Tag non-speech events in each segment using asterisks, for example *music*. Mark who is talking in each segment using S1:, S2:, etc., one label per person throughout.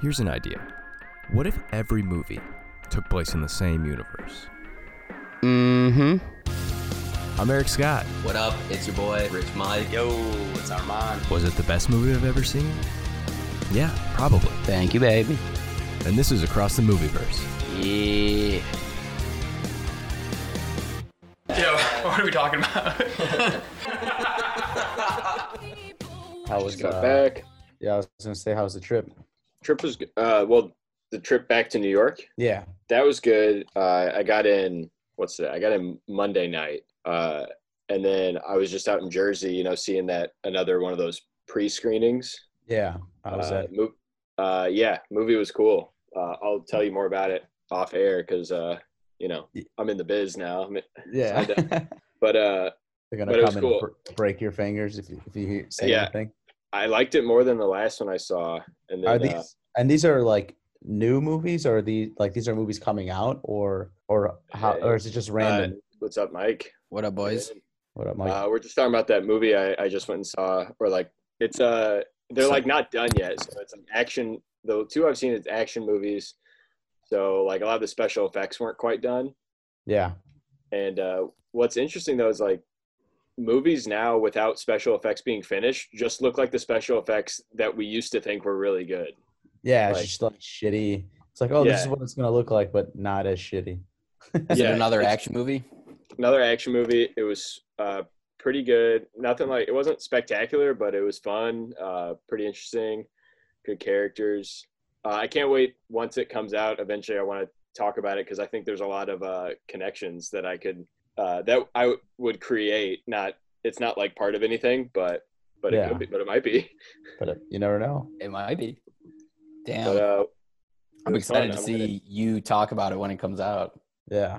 S1: Here's an idea. What if every movie took place in the same universe?
S2: Mm-hmm.
S1: I'm Eric Scott.
S2: What up? It's your boy, Rich Mike. Yo, it's Armand.
S1: Was it the best movie I've ever seen? Yeah, probably.
S2: Thank you, baby.
S1: And this is Across the Movieverse.
S2: Yeah.
S3: Yo, *laughs* what are we talking about?
S2: How was
S4: got
S2: uh,
S4: back.
S5: Yeah, I was gonna say, how's the trip?
S4: Trip was uh, well, the trip back to New York
S5: Yeah,
S4: that was good. Uh, I got in what's that? I got in Monday night, uh, and then I was just out in Jersey, you know, seeing that another one of those pre-screenings.
S5: yeah. How was
S4: uh,
S5: that?
S4: mo- uh, yeah, movie was cool. Uh, I'll tell you more about it off air because uh, you know
S5: Ye-
S4: I'm in the biz now. I'm in-
S5: Yeah,
S4: so
S5: *laughs* they're
S4: But uh,
S5: gonna
S4: but it was
S5: come and
S4: cool.
S5: br- break your fingers if you, if you hear- say
S4: Yeah.
S5: anything.
S4: I liked it more than the last one I saw. And then
S5: Are
S4: uh,
S5: these and these are like new movies, or are these like these are movies coming out, or or how or is it just random?
S4: uh, what's up, Mike?
S2: What up, boys?
S5: what up, Mike?
S4: Uh, we're just talking about that movie I, I just went and saw, or like it's uh they're
S1: So-
S4: like not done yet, so it's an action. The two I've seen it's action movies, so like a lot of the special effects weren't quite done.
S5: yeah,
S4: And uh, what's interesting though is like movies now without special effects being finished just look like the special effects that we used to think were really good.
S5: yeah. It's
S4: like-
S5: just like shitty. It's like, oh, this
S4: Yeah.
S5: is what it's gonna look like, but not as shitty.
S2: Is
S4: Yeah,
S2: it another
S4: it's-
S2: action movie?
S4: Another action movie, it was uh, pretty good. Nothing like it wasn't spectacular, but it was fun. Uh, pretty interesting. good characters. Uh, I can't wait once it comes out. Eventually, I want to talk about it because I think there's a lot of uh, connections that I could uh, that I w- would create. Not it's not like part of anything, but but it
S5: Yeah.
S4: could be, but it might be.
S5: But uh, you never know.
S2: It might be. Damn.
S4: But, uh,
S2: I'm
S4: it's
S2: excited to
S4: fun. I'm
S2: see
S4: gonna-
S2: you talk about it when it comes out.
S5: Yeah,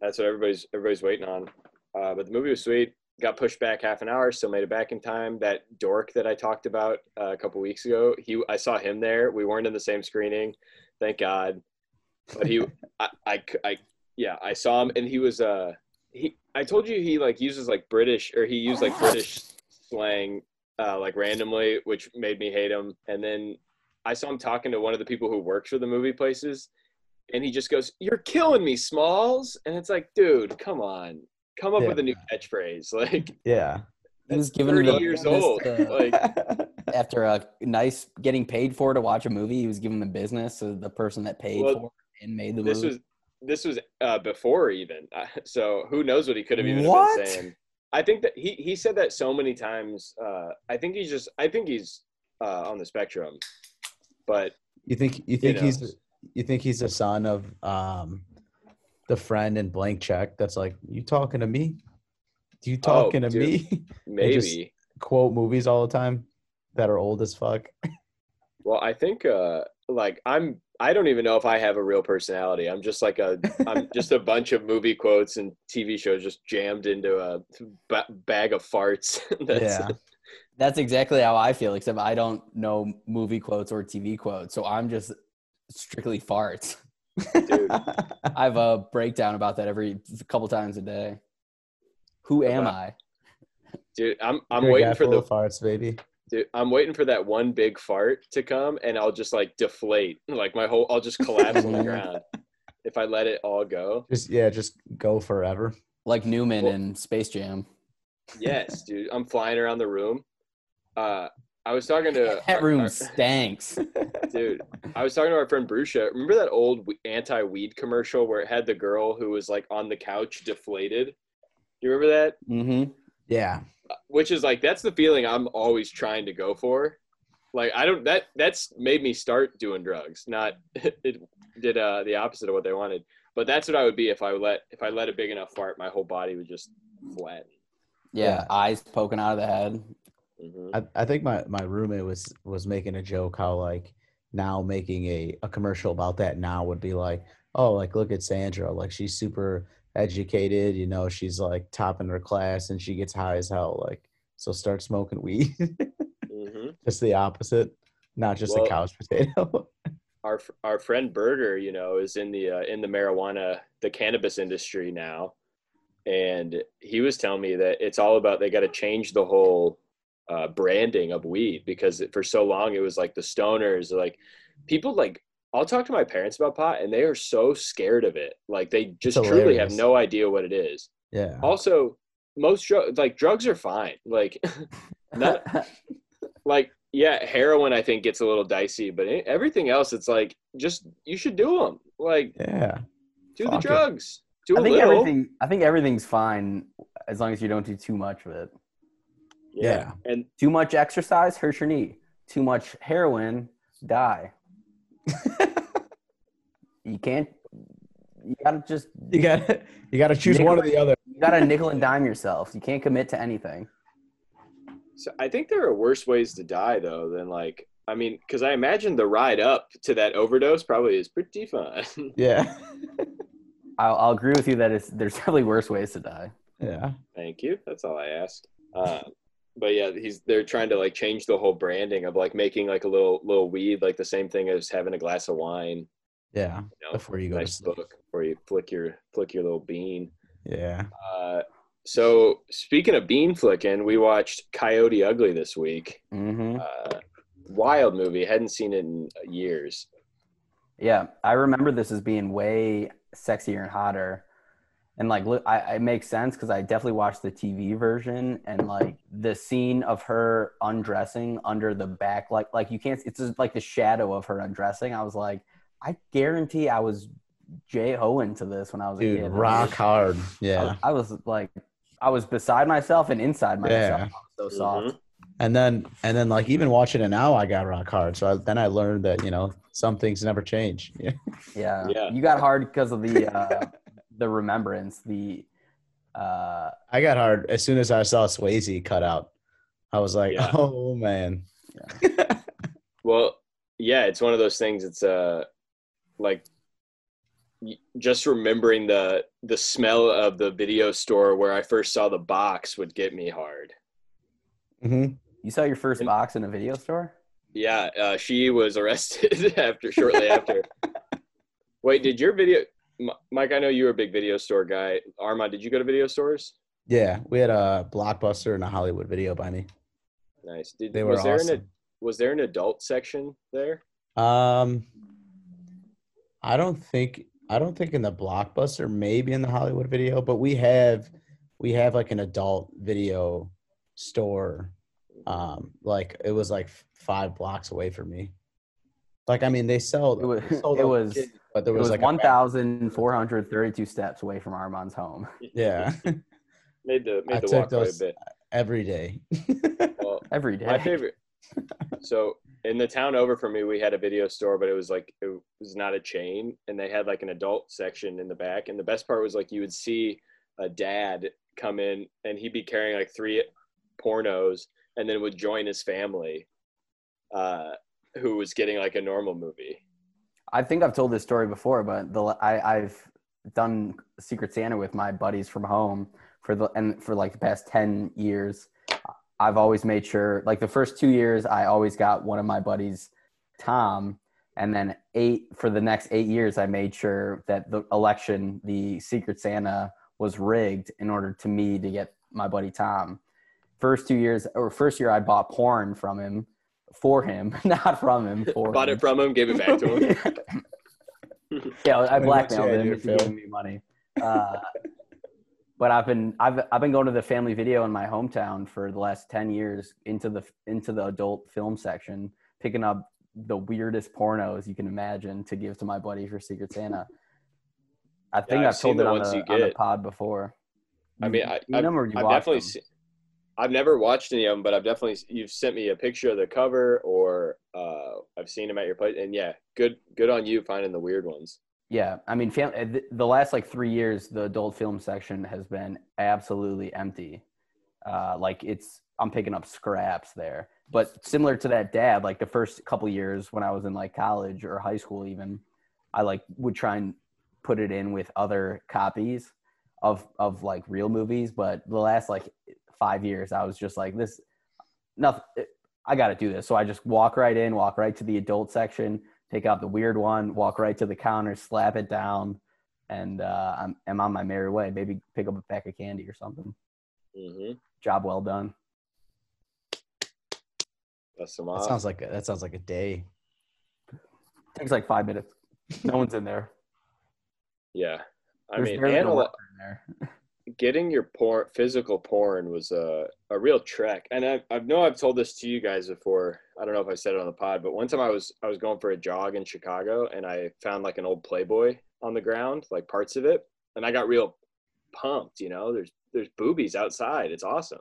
S4: that's what everybody's everybody's waiting on. Uh, but the movie was sweet. Got pushed back half an hour, still made it back in time. That dork that I talked about uh, a couple weeks ago, he I saw him there. We weren't in the same screening, thank God. But he, I, I, c- I- yeah, I saw him, and he was uh he. I told you he like uses like British or he used like British slang uh, like randomly, which made me hate him. And then I saw him talking to one of the people who works for the movie places, and he just goes, "You're killing me, Smalls," and it's like, dude, come on, come up
S5: Yeah.
S4: with a new catchphrase. *laughs* Like,
S5: yeah.
S2: He was given
S4: thirty
S2: the-
S4: years
S2: this,
S4: old.
S2: uh,
S4: like,
S2: *laughs* after a nice getting paid for to watch a movie, he was given the business of the person that paid
S4: Well,
S2: for it and made the
S4: this
S2: movie.
S4: was this was uh, *laughs* before even, so who knows what he could have even
S2: What?
S4: been saying. I think that he he said that so many times. Uh, I think he's just I think he's uh, on the spectrum, but
S5: You think you think
S4: knows?
S5: he's you think he's the son of um the friend in blank check that's like, You talking to me? You talking to
S4: Oh, dude.
S5: me?
S4: maybe.
S5: just- *laughs* Quote movies all the time that are old as fuck.
S4: Well, I think uh like I'm I don't even know if I have a real personality. I'm just like a
S5: *laughs*
S4: I'm just a bunch of movie quotes and TV shows just jammed into a ba- bag of farts. *laughs* That's
S5: yeah.
S2: That's exactly how I feel, except I don't know movie quotes or TV quotes, so I'm just strictly farts. *laughs*
S4: dude.
S2: I have a breakdown about that every couple times a day. Who am
S4: About-
S2: I?
S4: Dude, I'm I'm
S5: You're a
S4: waiting
S5: guy
S4: for
S5: full
S4: the
S5: of farts, baby.
S4: dude, I'm waiting for that one big fart to come and I'll just like deflate. Like my whole I'll just
S2: *laughs*
S4: collapse on the ground if I let it all go.
S5: Just yeah, just go forever.
S2: Like Newman
S4: Well-
S2: in Space Jam.
S4: Yes, dude. I'm flying around the room. Uh I was talking to
S2: *laughs* That
S4: our-
S2: room
S4: our-
S2: stanks.
S4: *laughs* Dude, I was talking to our friend Brucia. Remember that old we- anti-weed commercial where it had the girl who was like on the couch deflated? You remember that?
S2: hmm
S5: Yeah.
S4: Which is like that's the feeling I'm always trying to go for. Like I don't that that's made me start doing drugs. Not *laughs* it did uh the opposite of what they wanted. But that's what I would be if I let if I let a big enough fart, my whole body would just flatten.
S2: Yeah,
S5: Yeah.
S2: eyes poking out of the head.
S4: Mhm.
S5: I, I think my, my roommate was was making a joke how like now making a, a commercial about that now would be like oh like look at Sandra like she's super educated you know she's like top in her class and she gets high as hell like so start smoking weed *laughs*
S4: Mhm.
S5: just the opposite not just
S4: Well-
S5: a couch potato *laughs*
S4: our our friend Berger, you know, is in the uh, in the marijuana, the cannabis industry now, and he was telling me that it's all about they got to change the whole uh, branding of weed because it, for so long it was like the stoners, like people like. I'll talk to my parents about pot, and they are so scared of it. Like they just truly have
S5: hilarious.
S4: no idea what it is.
S5: Yeah.
S4: Also, most drugs like drugs are fine. Like,
S2: *laughs*
S4: *laughs* not, like yeah, heroin I think gets a little dicey, but e- everything else, it's like just you should do them. Like
S5: Yeah.
S4: do
S5: Fuck
S4: the
S5: it.
S4: drugs. Do a
S2: I think
S4: little.
S2: everything. I think everything's fine as long as you don't do too much of it.
S5: Yeah.
S4: And
S2: Too much exercise hurts your knee. Too much heroin, die. you can't. You gotta just.
S5: You got you got to choose one or the other.
S2: You gotta nickel and dime yourself. You can't commit to anything.
S4: so I think there are worse ways to die though than like I mean, because I imagine the ride up to that overdose probably is pretty fun. *laughs*
S5: Yeah. *laughs*
S2: I'll, I'll agree with you that it's, there's *laughs* definitely worse ways to die.
S5: Yeah.
S4: Thank you. That's all I ask. Uh, but yeah, he's they're trying to like change the whole branding of like making like a little little weed like the same thing as having a glass of wine.
S5: Yeah.
S4: You know,
S5: Before you go to
S4: nice
S5: sleep.
S4: book where you flick your flick your little bean.
S5: Yeah.
S4: Uh, so speaking of bean flicking, we watched Coyote Ugly this week.
S2: Mm-hmm.
S4: Uh, wild movie. Hadn't seen it in years.
S2: Yeah, I remember this as being way sexier and hotter, and like look, I it makes sense because I definitely watched the TV version and like the scene of her undressing under the back, like like you can't. It's just like the shadow of her undressing. I was like, I guarantee I was J ho into this when I
S4: Oh,
S2: was a
S5: Dude,
S2: kid.
S5: rock hard.
S2: I
S5: Yeah.
S2: was, I was like, I was beside myself and inside myself.
S5: Yeah.
S2: I was so soft.
S5: And then and then like even watching it now, I got rock hard. So I, then I learned that you know some things never change. *laughs* Yeah.
S2: Yeah.
S4: Yeah.
S2: You got hard because of the uh, the remembrance. The uh,
S5: I got hard as soon as I saw Swayze cut out. I was like,
S4: Yeah.
S5: *laughs* oh man.
S4: Well, yeah, it's one of those things. It's uh, like y- just remembering the the smell of the video store where I first saw the box would get me hard.
S5: Mm-hmm.
S2: you saw your first
S4: And-
S2: box in a video store.
S4: Yeah, uh, she was *laughs* arrested after shortly after. Wait, did your video, M- Mike? I know you were a big video store guy. Arma, did you go to video stores?
S5: Yeah, we had a blockbuster and a Hollywood video by me.
S4: Nice. Did
S5: They were
S4: was there an
S5: awesome.
S4: a- was there an adult section there?
S5: Um, I don't think I don't think in the blockbuster, maybe in the Hollywood video, but we have we have like an adult video store. Um, like it was like f- five blocks away from me. Like I mean, they sell
S2: It was
S5: they sold
S2: it
S5: all the
S2: was,
S5: kids, but
S2: it
S5: there was,
S2: was
S5: like a
S2: one
S5: back-
S2: thousand four hundred thirty-two steps away from Armand's home. *laughs*
S5: Yeah, *laughs*
S4: Made the made
S5: I
S4: the
S5: took
S4: walk quite a
S5: those-
S4: bit.
S5: every day. *laughs*
S4: Well,
S2: Every day.
S4: my favorite. So in the town over from me, we had a video store, but it was like it was not a chain, and they had like an adult section in the back. And the best part was like you would see a dad come in, and he'd be carrying like three pornos, and then would join his family, uh, who was getting like a normal movie.
S2: I think I've told this story before, but the I, I've done Secret Santa with my buddies from home for the and for like the past ten years. I've always made sure, like the first two years, I always got one of my buddies, Tom, and then eight for the next eight years, I made sure that the election, the Secret Santa, was rigged in order to me to get my buddy Tom. First two years or first year, I bought porn from him, for him, *laughs* not from him. For
S4: Bought
S2: him
S4: it from him, gave it back to
S5: *laughs*
S4: him.
S2: *laughs* yeah, I blackmailed
S5: Wait, what's the
S2: him
S5: idea,
S2: into giving me money. Uh, but I've been I've I've been going to the family video in my hometown for the last ten years into the into the adult film section, picking up the weirdest pornos you can imagine to give to my buddy for Secret Santa. I think
S4: I've
S2: I've,
S4: seen
S2: told
S4: the
S2: it on
S4: ones
S2: the,
S4: you
S2: on the
S4: get.
S2: pod before.
S4: I mean, I-
S2: you remember you
S4: I've
S2: watched
S4: definitely
S2: them.
S4: seen. I've never watched any of them, but I've definitely you've sent me a picture of the cover, or uh, I've seen them at your place. And yeah, good, good on you finding the weird ones.
S2: Yeah, I mean, fam- uh, th- the last like three years, the adult film section has been absolutely empty. Uh, like it's, I'm picking up scraps there. But similar to that dad, like the first couple years when I was in like college or high school, even, I like would try and put it in with other copies of of like real movies. But the last like five years, I was just like this, nothing. I got to do this. So I just walk right in, walk right to the adult section, take out the weird one, walk right to the counter, slap it down, and uh, I'm, I'm on my merry way.
S4: Mm-hmm.
S2: Maybe pick up a pack of candy or something.
S4: hmm
S2: Job well done.
S4: Dust them
S5: That
S4: off.
S5: sounds like a, that sounds like a day.
S2: Takes like five minutes. No one's in there.
S4: yeah. I
S2: There's
S4: mean,
S2: barely a
S4: anal-
S2: worker in there.
S4: getting your porn physical porn was a, a real trek and I, I know i've told this to you guys before i don't know if i said it on the pod but one time i was i was going for a jog in chicago and i found like an old playboy on the ground like parts of it and i got real pumped you know there's there's boobies outside it's awesome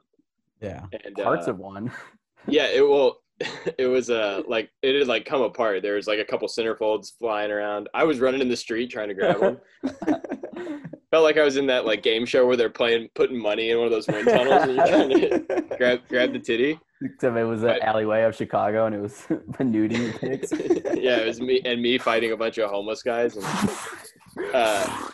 S5: Yeah.
S4: and
S2: Parts
S4: uh,
S2: of
S4: *laughs*
S2: one.
S4: yeah it will *laughs* it was uh like it had like come apart there was like a couple centerfolds flying around i was running in the street trying
S2: *laughs*
S4: to grab them felt like i was in that like game show where they're playing putting money in one of those wind tunnels and you're trying to
S2: *laughs*
S4: grab grab the titty.
S2: Except it was
S4: Right.
S2: an alleyway of Chicago and it was *laughs* the nudie pics.
S4: *laughs* yeah, it was me and me fighting a bunch of homeless guys. And, uh,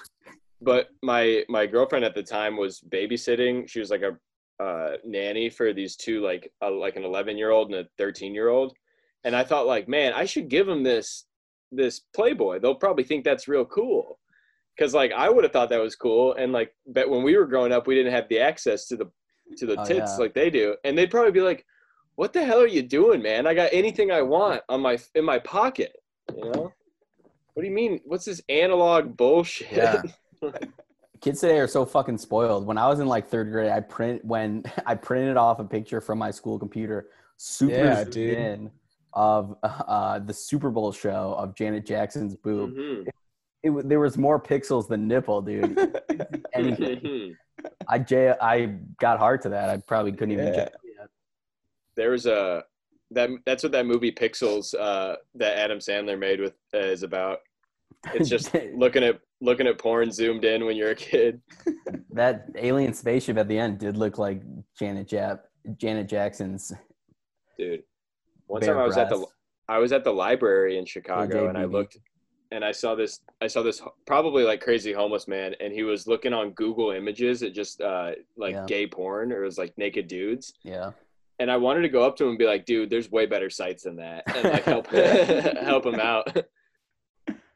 S4: but my my girlfriend at the time was babysitting. She was like a uh, nanny for these two like uh, like an 11 year old and a 13 year old, and I thought like, man, I should give them this this Playboy. They'll probably think that's real cool. Cause like I would have thought that was cool, and like, but when we were growing up, we didn't have the access to the to the
S2: Oh,
S4: tits
S2: yeah.
S4: like they do, and they'd probably be like, "What the hell are you doing, man? I got anything I want on my in my pocket, you know? What do you mean? What's this analog bullshit?
S2: Yeah. Kids today are so fucking spoiled. When I was in like third grade, I print when *laughs* I printed off a picture from my school computer, super
S5: Yeah,
S2: zoomed
S5: dude.
S2: in of *laughs* uh, the Super Bowl show of Janet Jackson's boob. *laughs*
S4: Mhm.
S2: It wa- there was more pixels than nipple,
S4: *laughs*
S2: dude. Anything.
S4: Mhm.
S2: I j- I got hard to that. I probably couldn't even.
S5: Yeah.
S2: Get,
S4: there was a that that's what that movie Pixels uh, that Adam Sandler made with uh, is about. It's
S2: *laughs*
S4: just looking at looking at porn zoomed in when you're a kid.
S2: that alien spaceship at the end did look like Janet Jap- Janet Jackson's.
S4: dude. One
S2: bare
S4: time I was at the
S2: breasts.
S4: I was at the library in Chicago and I
S2: AJBB.
S4: looked and I saw this I saw this ho- probably like crazy homeless man and he was looking on Google Images at just uh like
S2: Yeah.
S4: gay porn or it was like naked dudes
S2: yeah.
S4: and I wanted to go up to him and be like, dude, there's way better sites than that and like help *laughs* help him out. *laughs*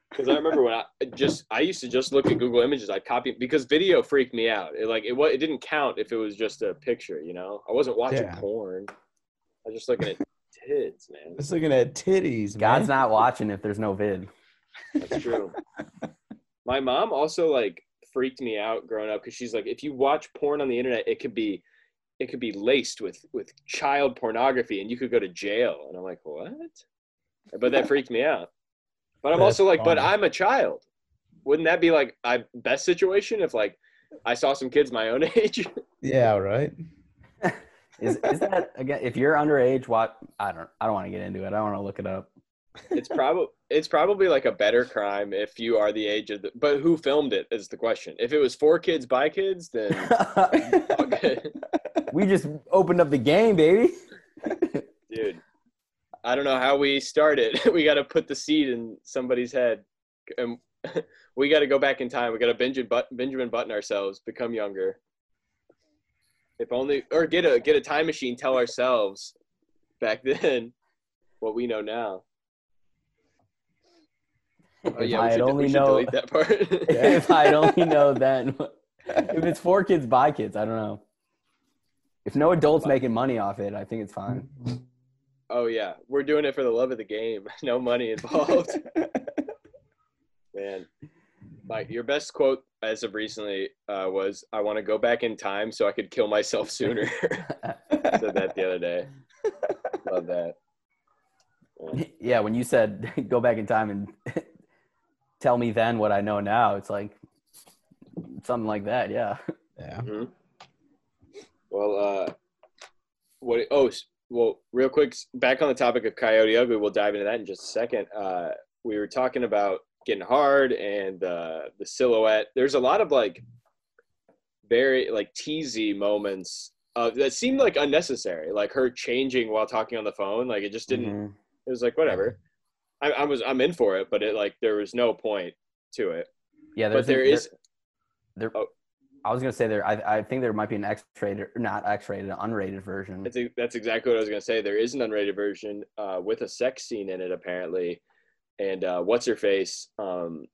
S4: Because I remember when I just I used to just look at Google Images. I'd copy because video freaked me out. It like it wa- it didn't count if it was just a picture. You know, I wasn't watching
S5: Yeah.
S4: porn. I was just looking at tits, man.
S5: Just looking at titties.
S2: God's
S5: man.
S2: not watching if there's no vid.
S4: That's true. My mom also like freaked me out growing up because she's like, if you watch porn on the internet, it could be it could be laced with with child pornography and you could go to jail. And I'm like, what? But that freaked me out. But I'm
S5: That's
S4: also like, but
S5: funny.
S4: I'm a child. Wouldn't that be like I best situation if like I saw some kids my own *laughs* age?
S5: Yeah. Right.
S2: Is is that again? If you're underage, what I don't I don't want to get into it. I don't want to look it
S4: *laughs*
S2: up.
S4: it's probably it's probably like a better crime if you are the age of the but who filmed it is the question. If it was for kids by
S5: *laughs*
S4: kids, then all good.
S2: we just opened up the game, baby.
S4: dude i don't know how we started *laughs* we got to put the seed in somebody's head and *laughs* we got to go back in time we got to benjamin, but- benjamin button ourselves become younger if only or get a get a time machine tell ourselves back *laughs* then what we
S2: *laughs*
S4: know now oh
S2: If
S4: yeah
S2: I
S4: we
S2: had
S4: should, we
S2: only
S4: should
S2: know
S4: delete that part
S2: *laughs* if I had only know then. If it's for kids by kids, I don't know. If no adults making money off it, I think it's fine.
S4: oh yeah we're doing it for the love of the game *laughs* no money involved Man, like your best quote as of recently uh, was, "I want to go back in time so I could kill myself sooner." *laughs* Said that the other day. Love that. Yeah.
S2: Yeah, when you said *laughs* go back in time and *laughs* tell me then what I know now, it's like something like that. Yeah.
S5: yeah.
S4: Well, uh, what? Oh, s- well, real quick, s- back on the topic of Coyote Ugly, we'll dive into that in just a second. Uh, we were talking about getting hard and uh, the silhouette. There's a lot of like very like teasy moments uh, that seemed like unnecessary, like her changing while talking on the phone. Like it just didn't.
S2: Mhm.
S4: It was like whatever. I, I was I'm in for it, but it like there was no point to it.
S2: Yeah,
S4: But
S2: there's
S4: there
S2: a-
S4: is
S2: there.
S4: oh.
S2: I was gonna say there. I, I think there might be an X-rated, not X-rated, an unrated version.
S4: That's, that's exactly what I was gonna say. There is an unrated version uh, with a sex scene in it, apparently. And uh, what's her face, um,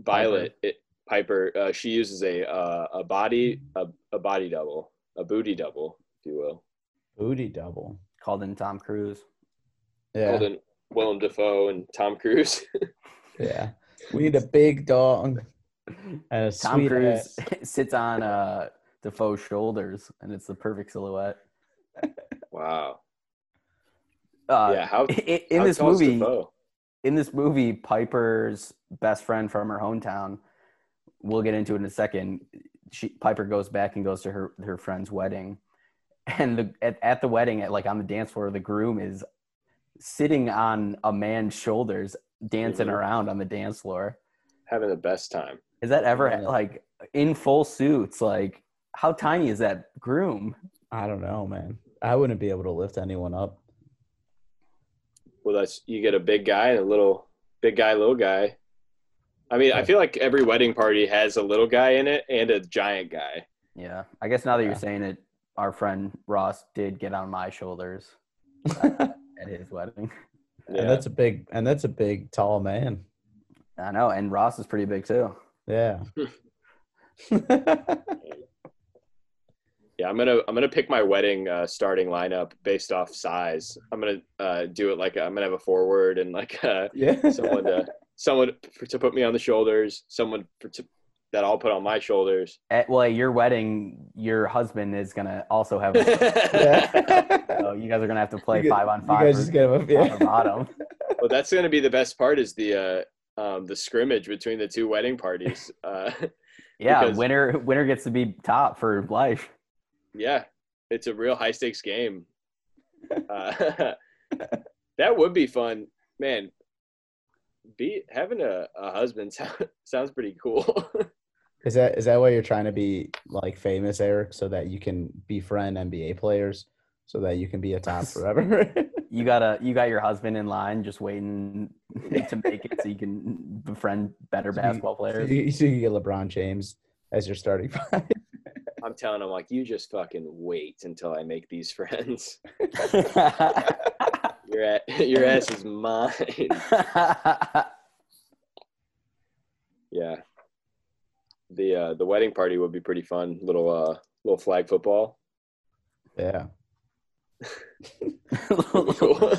S4: Violet it, Piper? Uh, she uses a uh, a body a, a body double, a booty double, if you will.
S5: Booty double.
S2: called in Tom Cruise.
S5: Yeah.
S4: called in Willem Dafoe and Tom Cruise. *laughs*
S5: Yeah. We need a big dog and a
S2: Tom
S5: sweet
S2: Cruise
S5: ass-
S2: *laughs* sits on uh, Defoe's shoulders, and it's the perfect silhouette.
S4: wow.
S2: Uh,
S4: yeah. How
S2: i- in
S4: how
S2: this
S4: tall is
S2: movie,
S4: Dafoe?
S2: in this movie, Piper's best friend from her hometown, we'll get into it in a second. She Piper goes back and goes to her her friend's wedding, and the at, at the wedding, at, like on the dance floor, the groom is sitting on a man's shoulders, dancing
S4: Mhm.
S2: around on the dance floor.
S4: having the best time.
S2: Is that ever
S5: Yeah.
S2: like in full suits? Like how tiny is that groom?
S5: I don't know, man. I wouldn't be able to lift anyone
S2: *laughs*
S5: up.
S4: Well, that's you get a big guy and a little big guy, little guy. I mean, I feel like every wedding party has a little guy in it and a giant guy.
S2: Yeah, I guess now that you're
S5: Yeah.
S2: saying it, our friend Ross did get on my shoulders at his wedding. *laughs*
S4: Yeah.
S5: And that's a big and that's a big tall man.
S2: I know, and Ross is pretty big too. *laughs*
S5: Yeah.
S4: Yeah, I'm gonna I'm gonna pick my wedding uh, starting lineup based off size. I'm gonna uh, do it like i am I'm gonna have a forward and like uh,
S5: yeah. *laughs*
S4: someone to someone for, to put me on the shoulders, someone for, to, that I'll put on my shoulders.
S2: At Eh, well, at your wedding, your husband is gonna also have.
S5: *laughs*
S2: A, *laughs*
S4: well,
S5: *laughs* Yeah.
S2: so you guys are gonna have to *laughs* play
S5: You get-
S2: five on
S5: you
S2: five.
S5: guys
S2: or
S5: just gotta have
S2: top
S5: a-
S2: or
S5: *laughs* yeah.
S2: bottom.
S4: that's gonna be the best part is the uh, um, the scrimmage between the two wedding parties. Uh,
S2: Yeah,
S4: Because-
S2: winner winner gets to be top for life.
S4: yeah, it's a real high stakes *laughs* game. Uh, *laughs* that would be fun, man. Be having a, a husband *laughs* sound, sounds pretty cool. *laughs*
S5: Is that is that why you're trying to be like famous, Eric, so that you can befriend NBA players, so that you can be
S2: *laughs*
S5: a top forever? *laughs*
S2: You gotta you got your husband in line, just waiting to make it, so you can befriend better
S5: So you-
S2: basketball *laughs*
S5: so,
S2: players.
S5: you, so you get LeBron James as your starting *laughs* five.
S4: I'm telling him like, you just fucking wait until I make these friends. *laughs* Your at, *laughs* your ass is mine. *laughs* Yeah. The uh, the wedding party would be pretty fun. Little uh little flag football.
S5: Yeah.
S4: Cool.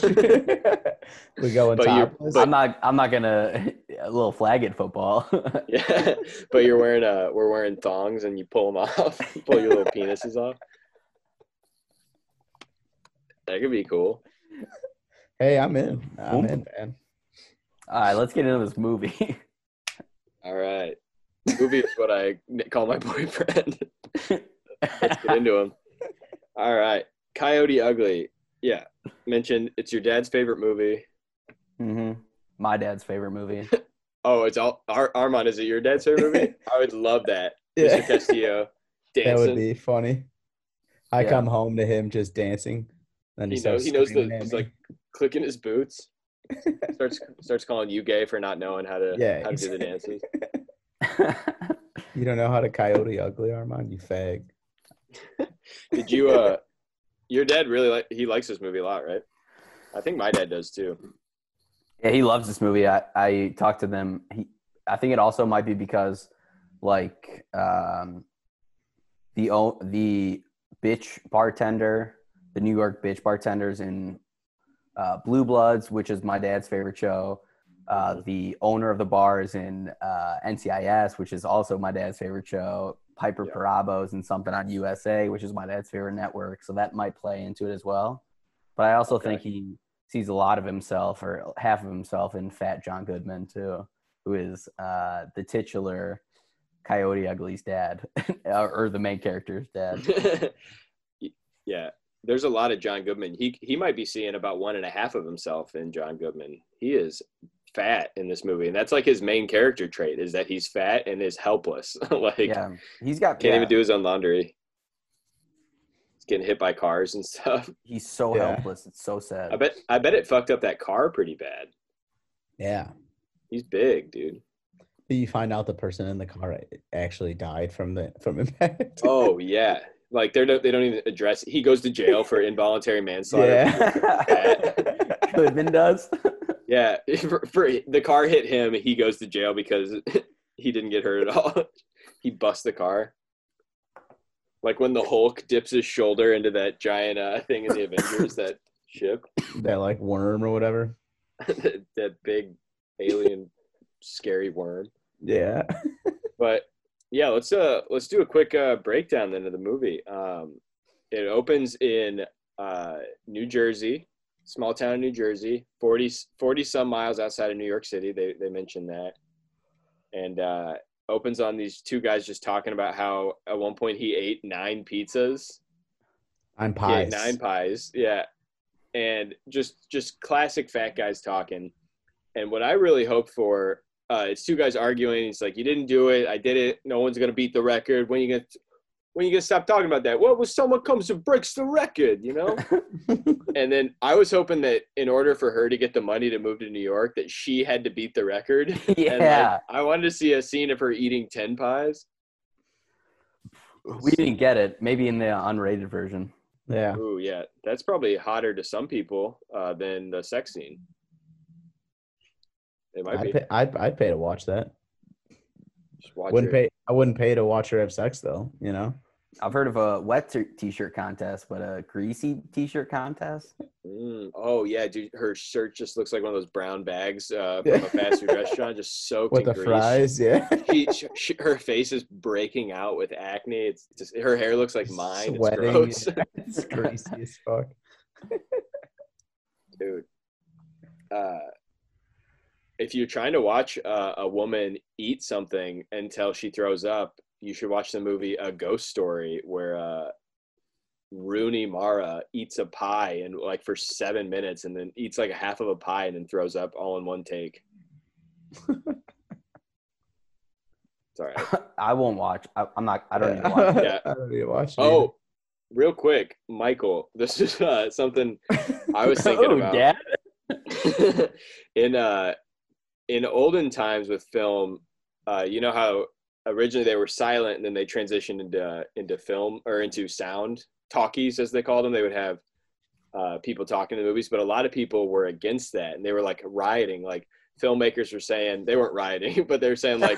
S5: we go in
S4: But you're-
S5: topless.
S4: but-
S2: I'm not. I'm not gonna *laughs* a little flag at football. *laughs*
S4: yeah. *laughs* But you're wearing uh we're wearing thongs and you pull them *laughs* off. pull your little penises off. That could be cool.
S5: hey, I'm in. I'm in, man.
S2: All right, let's get into this movie. *laughs*
S4: All right. Movie is what I *laughs* call my boyfriend. *laughs* Let's get into him. All right. Coyote Ugly. Yeah. Mentioned it's your dad's favorite movie.
S2: hmm My dad's favorite movie.
S4: Oh, it's all Ar- Armand. Is it your dad's favorite
S5: *laughs*
S4: movie? I would love that.
S5: Yeah. *laughs*
S4: Mr. Castillo dancing.
S5: That would be funny. I
S2: Yeah.
S5: come home to him just dancing. Then he,
S4: He knows.
S5: starts
S4: He knows the.
S5: screaming at
S4: He's
S5: me.
S4: like clicking his boots. starts starts calling you gay for not knowing how to
S5: Yeah,
S4: how to
S5: he's-
S4: do the dances.
S5: *laughs* you don't know how to coyote ugly, Armand. You fag.
S4: Did you? uh Your dad really like. He likes this movie a lot, right? I think my dad does too. *laughs*
S2: yeah, he loves this movie. I I talked to them. He, I think it also might be because, like, um, the o- the bitch bartender, the New York bitch bartenders in uh, Blue Bloods, which is my dad's favorite show. Uh, the owner of the bar is in uh, NCIS, which is also my dad's favorite show. Piper
S4: Yeah.
S2: Parabo's and something on USA, which is my dad's favorite network. So that might play into it as well. But I also
S4: Okay.
S2: think he sees a lot of himself or half of himself in Fat John Goodman too, who is uh, the titular Coyote Ugly's dad *laughs* or or the main character's dad.
S4: yeah, there's a lot of John Goodman. He he might be seeing about one and a half of himself in John Goodman. He is fat in this movie, and that's like his main character trait is that he's fat and is helpless. *laughs* like
S2: yeah, he's got.
S4: can't
S2: yeah,
S4: even do his own laundry. He's getting hit by cars and stuff.
S2: He's so
S5: Yeah.
S2: helpless. It's so sad.
S4: I bet I bet it fucked up that car pretty bad.
S5: Yeah.
S4: He's big, dude.
S5: But you find out the person in the car actually died from the from *laughs* impact.
S4: Oh yeah, like they're no, they don't even address. He goes to jail for involuntary manslaughter.
S2: *laughs* Goodman does.
S4: *laughs* Yeah, *laughs* for, for the car hit him. He goes to jail because *laughs* he didn't get hurt at all. *laughs* he busts the car. Like when the Hulk dips his shoulder into that giant uh, thing in the Avengers that ship, *laughs*
S5: that like worm or whatever.
S4: that, that big alien scary worm.
S5: Yeah.
S4: but yeah let's uh let's do a quick uh breakdown then of the movie um it opens in uh new jersey small town in new jersey 40 40 some miles outside of new york city they they mentioned that and uh opens on these two guys just talking about how at one point he ate nine pizzas
S5: I'm
S4: He
S5: pies.
S4: ate nine pies yeah and just just classic fat guys talking and what i really hope for uh, it's two guys arguing. It's like you didn't do it. I did it. No one's gonna beat the record. When you gonna when you gonna stop talking about that? Well, when someone comes and breaks the record, you know. and then I was hoping that in order for her to get the money to move to New York, that she had to beat the record. And, like,
S2: yeah,
S4: I wanted to see a scene of her eating ten pies.
S2: we didn't get it. Maybe in the unrated version.
S5: Yeah.
S4: Ooh, yeah, that's probably hotter to some people uh, than the sex scene. It might
S5: I'd
S4: be.
S5: pay, I'd, I'd pay to watch that.
S4: Just watch
S5: wouldn't
S4: her.
S5: pay. I wouldn't pay to watch her have sex though. You know.
S2: I've heard of a wet t- t-shirt contest, but a greasy t-shirt contest. *laughs*
S4: Mm, oh yeah, dude, her shirt just looks like one of those brown bags uh, from
S5: Yeah.
S4: a
S5: *laughs*
S4: fast food restaurant, just soaked
S5: With
S4: in
S5: the
S4: grease.
S5: fries, *laughs* yeah.
S4: She, she, she- her face is breaking out with acne. It's just her hair looks like mine.
S5: Sweating.
S4: It's gross,
S5: *laughs* it's greasy as fuck.
S4: dude. Uh, if you're trying to watch uh, a woman eat something until she throws up, you should watch the movie A Ghost Story, where uh, Rooney Mara eats a pie and like for seven minutes, and then eats like a half of a pie and then throws up all in one take. *laughs* It's all right.
S2: I won't watch. I, I'm not. I don't
S5: yeah. *laughs*
S4: *laughs*
S2: even watch.
S4: Yeah.
S5: I don't need to watch. it
S4: Oh, real quick, Michael, this is uh, something I was thinking
S2: *laughs* oh,
S4: about.
S2: Dad.
S4: *laughs* in uh, in olden times with film, uh, you know how originally they were silent and then they transitioned into into film or into sound talkies as they called them. They would have uh, people talking in the movies, but a lot of people were against that and they were like rioting. Like filmmakers were saying they weren't rioting, *laughs* but they were
S2: *laughs*
S4: saying like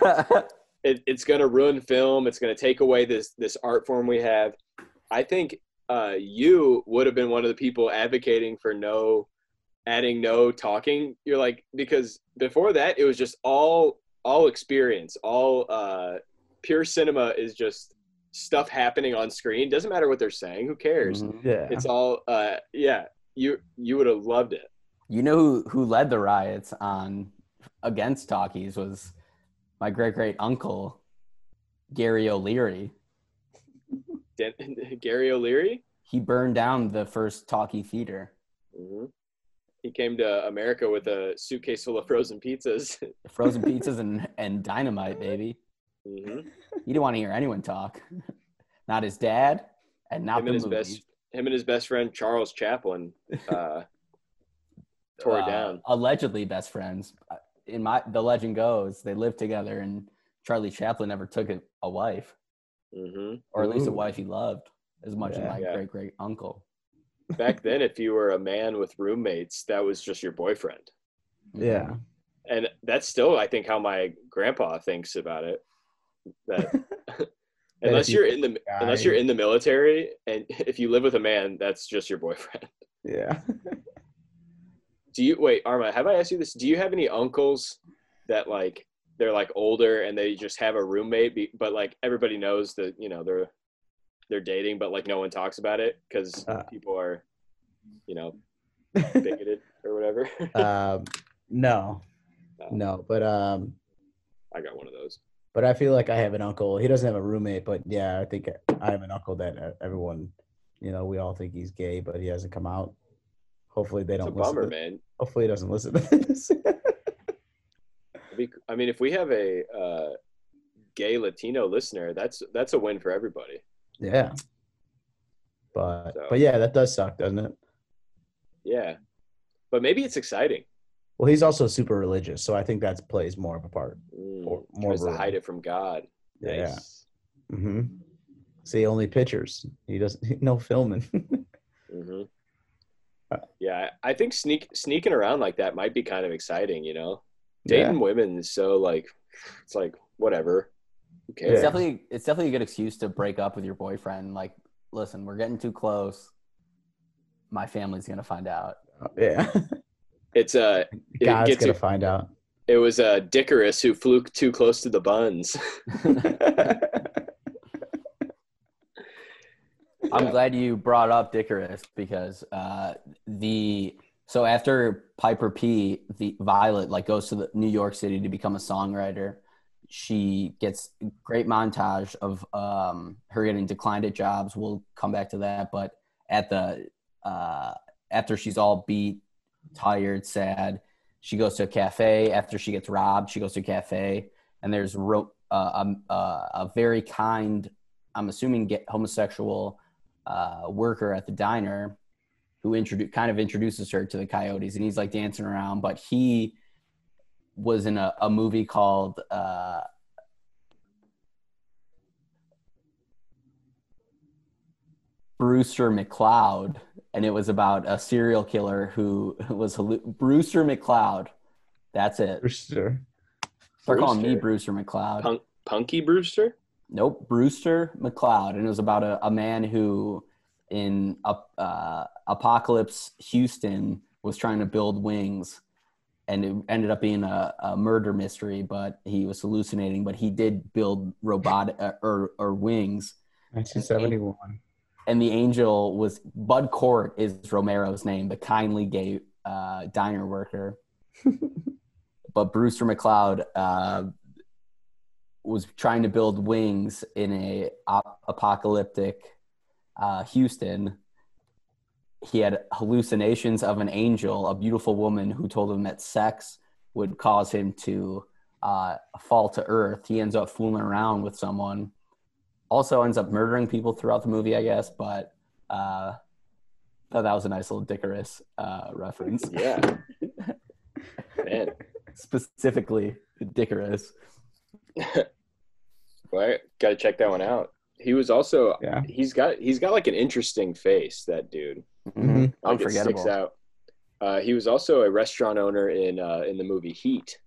S4: it, it's going to ruin film. It's going to take away this this art form we have. I think uh, you would have been one of the people advocating for no adding no talking. You're like because before that it was just all all experience, all uh, pure cinema is just stuff happening on screen. Doesn't matter what they're saying. Who cares?
S2: Mhm.
S5: yeah.
S4: It's all uh, yeah. You you would have loved it.
S2: You know who who led the riots on against talkies was my great great uncle Gary O'Leary.
S4: Dan- *laughs* Gary O'Leary.
S2: He burned down the first talkie theater.
S4: hmm He came to America with a suitcase full of frozen pizzas.
S2: Frozen pizzas and, and dynamite, baby.
S4: hmm
S2: He didn't want to hear anyone talk. Not his dad and not
S4: him
S2: the
S4: and his
S2: movies.
S4: best *laughs* him and his best friend Charles Chaplin uh, tore it
S2: uh,
S4: down.
S2: Allegedly best friends. Uh, In my the legend goes they lived together and Charlie Chaplin never took a, a wife,
S4: hmm
S2: or at least a
S5: Ooh.
S2: wife he loved as much as
S5: Yeah.
S2: my
S4: Yeah.
S2: great great uncle.
S4: *laughs* Back then, if you were a man with roommates, that was just your boyfriend,
S5: yeah.
S4: and that's still, I think, how my grandpa thinks about it. That unless
S5: you-
S4: you're in the unless you're in the military, and *laughs* if you live with a man, that's just your boyfriend.
S5: Yeah.
S4: *laughs*
S5: *laughs*
S4: Do you wait, Arma? Have I asked you this? Do you have any uncles that like they're like older and they just have a roommate, be, but like everybody knows that you know they're they're dating, but like no one talks about it because
S5: Uh.
S4: people are you know bigoted *laughs* or whatever.
S5: um, no,
S4: No,
S5: no, but um,
S4: I got one of those.
S5: but I feel like I have an uncle. He doesn't have a roommate, but yeah, I think I have an uncle that uh, everyone, you know, we all think he's gay, but he hasn't come out. Hopefully they
S4: It's
S5: don't.
S4: a
S5: listen
S4: bummer,
S5: to-
S4: man.
S5: Hopefully he doesn't listen to *laughs* this.
S4: It'd be- I mean, if we have a uh, gay Latino listener, that's that's a win for everybody.
S5: yeah. But
S4: So-
S5: but yeah, that does suck, doesn't it?
S4: Yeah, but maybe it's exciting.
S5: Well, he's also super religious, so I think that plays more of a part.
S4: Mm,
S5: Or more
S4: tries to
S5: room.
S4: hide it from God.
S5: Yeah.
S4: Nice.
S5: hmm See, only pictures. He doesn't *laughs* no filming.
S4: hmm
S5: Uh,
S4: Yeah, I I think sneak sneaking around like that might be kind of exciting, you know.
S5: yeah.
S4: Dating women is so like, it's like whatever. Who
S5: Yeah.
S2: It's
S4: cares?
S2: definitely it's definitely a good excuse to break up with your boyfriend. Like, listen, we're getting too close. my family's gonna find out.
S5: Yeah.
S4: *laughs* It's uh, it
S5: God's
S4: gets
S5: gonna
S4: you-
S5: find
S4: *laughs*
S5: out. *laughs*
S4: it was uh, Dickerus who flew too close to the buns. *laughs*
S2: I'm glad you brought up Dickerus because uh, the so after Piper P, the Violet like goes to the New York City to become a songwriter. She gets great montage of um, her getting declined at jobs. We'll come back to that, but at the uh, after she's all beat, tired, sad, she goes to a cafe. After she gets robbed, she goes to a cafe, and there's ro- uh, um, uh, a very kind, I'm assuming, get homosexual uh, worker at the diner who introdu- kind of introduces her to the coyotes and he's like dancing around but he was in a, a movie called uh, brewster mcleod and it was about a serial killer who *laughs* was hallu- brewster mcleod that's it
S5: For sure.
S2: they're calling me
S4: Brewster?
S2: brewster mcleod
S4: Punk- Punky Brewster?
S2: Nope, Brewster McLeod, and it was about a, a man who, in up uh, Apocalypse Houston, was trying to build wings, and it ended up being a, a murder mystery. But he was hallucinating, but he did build robot uh, or or wings,
S5: 1971.
S2: and the angel was Bud Cort is Romero's name, the kindly gay uh, diner worker. but Brewster McLeod uh, was trying to build wings in a op- apocalyptic uh, Houston. He had hallucinations of an angel, a beautiful woman who told him that sex would cause him to uh, fall to earth. He ends up fooling around with someone also ends up murdering people throughout the movie, I guess. But uh, thought that was a nice little Dickerus uh, reference,
S4: Yeah.
S5: *laughs*
S4: Man,
S2: *laughs* specifically Dickerus.
S4: right? Got to check that one out. He was also
S5: Yeah.
S4: he's got he's got like an interesting face. That dude,
S5: Mhm.
S4: like it sticks
S2: Unforgettable.
S4: out. Uh, he was also a restaurant owner in uh, in the movie Heat.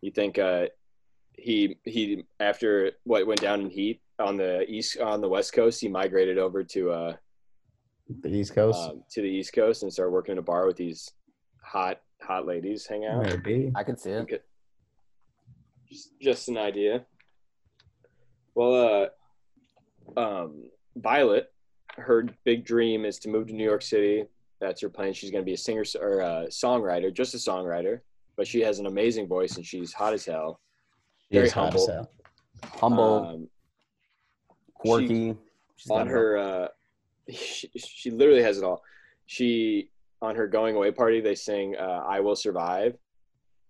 S4: You think uh, he he after what went down in Heat on the east on the west coast, he migrated over to uh,
S5: The East Coast.
S4: um, to the east coast and started working in a bar with these hot hot ladies. Hang out.
S5: Maybe.
S2: I could see it.
S4: just, just an idea. Well, uh, um, Violet, her big dream is to move to New York City. That's her plan. She's going to be a singer or a songwriter, just a songwriter. But she has an amazing voice and she's hot as hell. very
S5: Yes, hot as
S4: humble.
S5: hell.
S2: Humble,
S4: Um,
S2: quirky. She's
S4: on
S2: got it
S4: her, uh, *laughs* she, she literally has it all. She on her going away party, they sing uh, "I Will Survive,"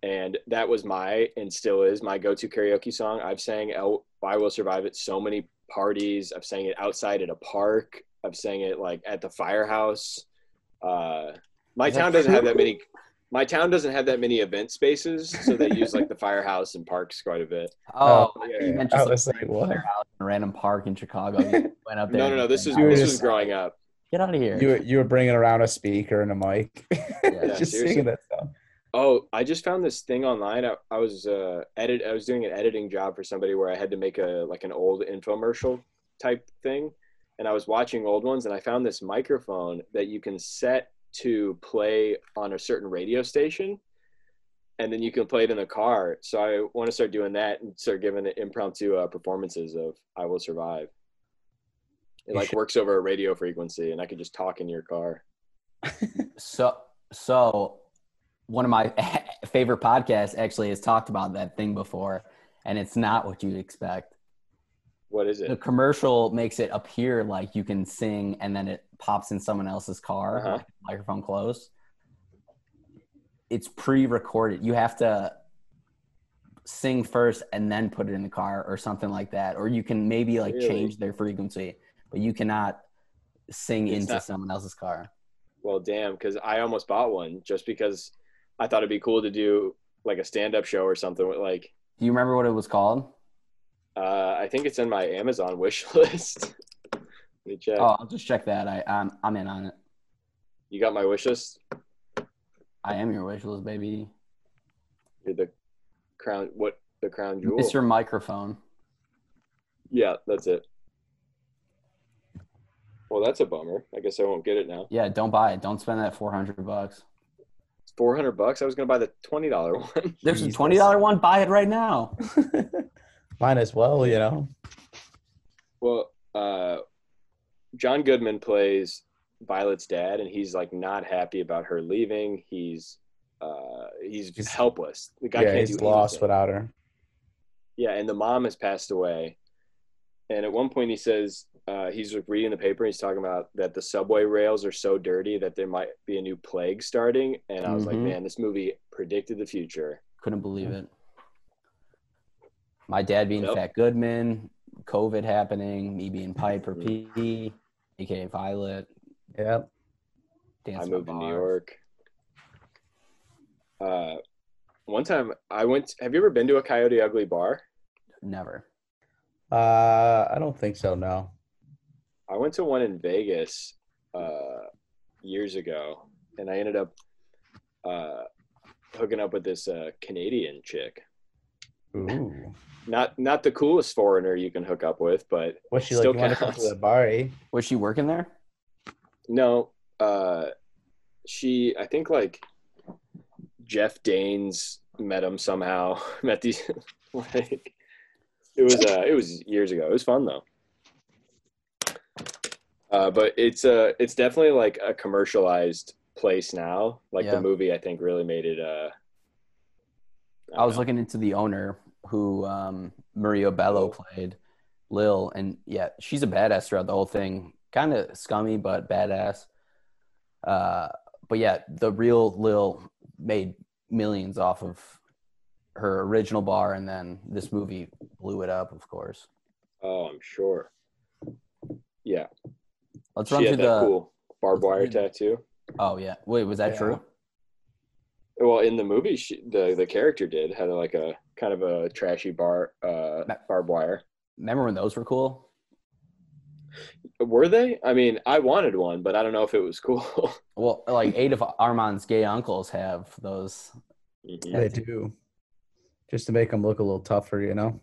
S4: and that was my and still is my go-to karaoke song. I've sang "El- "I Will Survive" at so many parties. I've sang it outside at a park. I've sang it like at the firehouse. Uh, my
S2: Is that
S4: town doesn't have that
S2: true?
S4: many. My town doesn't have that many event spaces, so they use like the firehouse and parks quite a
S2: *laughs*
S4: bit.
S2: all. Oh,
S4: yeah,
S2: you
S4: yeah.
S2: mentioned
S5: I
S2: some
S5: was like, what?
S2: firehouse in a random park in Chicago.
S4: *laughs*
S2: You went up there.
S4: No, no, no. This was
S5: You were
S4: this
S5: just-
S4: was growing up.
S2: get out of here.
S5: You were, you were bringing around a speaker and a mic. *laughs* Just
S4: seriously.
S5: singing that song.
S4: Oh, I just found this thing online. I, I was uh, edit. I was doing an editing job for somebody where I had to make a like an old infomercial type thing, and I was watching old ones, and I found this microphone that you can set to play on a certain radio station, and then you can play it in the car. So I want to start doing that and start giving it impromptu uh, performances of "I Will Survive." It
S5: You
S4: like
S5: should-
S4: works over a radio frequency, and I could just talk in your car.
S2: So, so one of my *laughs* favorite podcasts actually has talked about that thing before, and it's not what you'd expect.
S4: What is
S2: the
S4: it?
S2: commercial makes it appear like you can sing and then it pops in someone else's car
S4: Uh-huh.
S2: like, microphone close it's pre-recorded you have to sing first and then put it in the car or something like that or you can maybe like
S4: Really?
S2: change their frequency but you cannot sing
S4: It's
S2: into
S4: not-
S2: someone else's car
S4: Well, damn, because I almost bought one just because I thought it'd be cool to do like a stand-up show or something. With, like,
S2: do you remember what it was called
S4: uh, I think it's in my Amazon *laughs* wish list. Let me check.
S2: oh i'll just check that i i'm, I'm in on it
S4: You got my wish list.
S2: i am your wish list baby
S4: You're the crown. What the crown jewel?
S2: mr microphone
S4: Yeah, that's it. Well, that's a bummer. I guess I won't get it now.
S2: Yeah, don't buy it. Don't spend that four hundred bucks.
S4: It's 400 bucks. I was going to buy the $20 one.
S2: There's a
S5: Jesus.
S2: twenty dollar one. Buy it right now.
S5: *laughs* Might as well, you know.
S4: Well, uh, John Goodman plays Violet's dad, and he's like not happy about her leaving. He's uh, he's,
S5: He's-
S4: helpless. The guy
S5: yeah,
S4: can't
S5: he's
S4: do
S5: lost
S4: anything.
S5: without her.
S4: Yeah, and the mom has passed away. And at one point, he says uh, he's reading the paper. And he's talking about that the subway rails are so dirty that there might be a new plague starting. And I was like,
S5: Mm-hmm.
S2: Mhm.
S4: man, this movie predicted the future.
S2: *laughs* Couldn't believe it. My dad being
S4: Yep.
S2: Fat Goodman, COVID happening, me being Piper P, aka Violet.
S5: Yep.
S2: Dance
S4: I
S2: with
S4: moved to New
S2: Bars.
S4: York. Uh, one time I went. Have you ever been to a Coyote Ugly bar?
S2: Never.
S5: Uh, I don't think so. No.
S4: I went to one in Vegas uh, years ago, and I ended up uh, hooking up with this uh, Canadian chick.
S5: Ooh.
S4: Not not the coolest foreigner you can hook up with, but
S5: What's she like?
S4: Still
S5: You want to come to
S4: counts.
S5: the bar? eh?
S2: Was she working there?
S4: no. Uh, she, I think, like Jeff Danes met him somehow. *laughs* met these. like, it was uh, it was years ago. It was fun though. Uh, but it's uh, it's definitely like a commercialized place now. Like
S2: Yeah.
S4: the movie, I think, really made it. Uh,
S2: I was
S4: don't
S2: looking into the owner who um, Maria Bello played, Lil, and yeah, she's a badass throughout the whole thing. Kind of scummy, but badass. Uh, but yeah, the real Lil made millions off of her original bar, and then this movie blew it up. Of course,
S4: know. oh, I'm sure. Yeah,
S2: let's run
S4: she
S2: through
S4: had that
S2: the.
S4: cool barbed wire
S2: let's run
S4: tattoo.
S2: Oh yeah, wait, was that
S5: Yeah.
S2: true?
S4: Well, in the movie, she, the the character did had like a kind of a trashy bar uh,
S2: That-
S4: barbed wire.
S2: Remember when those were cool?
S4: Were they? I mean, I wanted one, but I don't know if it was cool. *laughs*
S2: Well, like eight of Armand's gay uncles have those.
S4: Mm-hmm,
S5: They do. Just to make them look a little tougher, you know.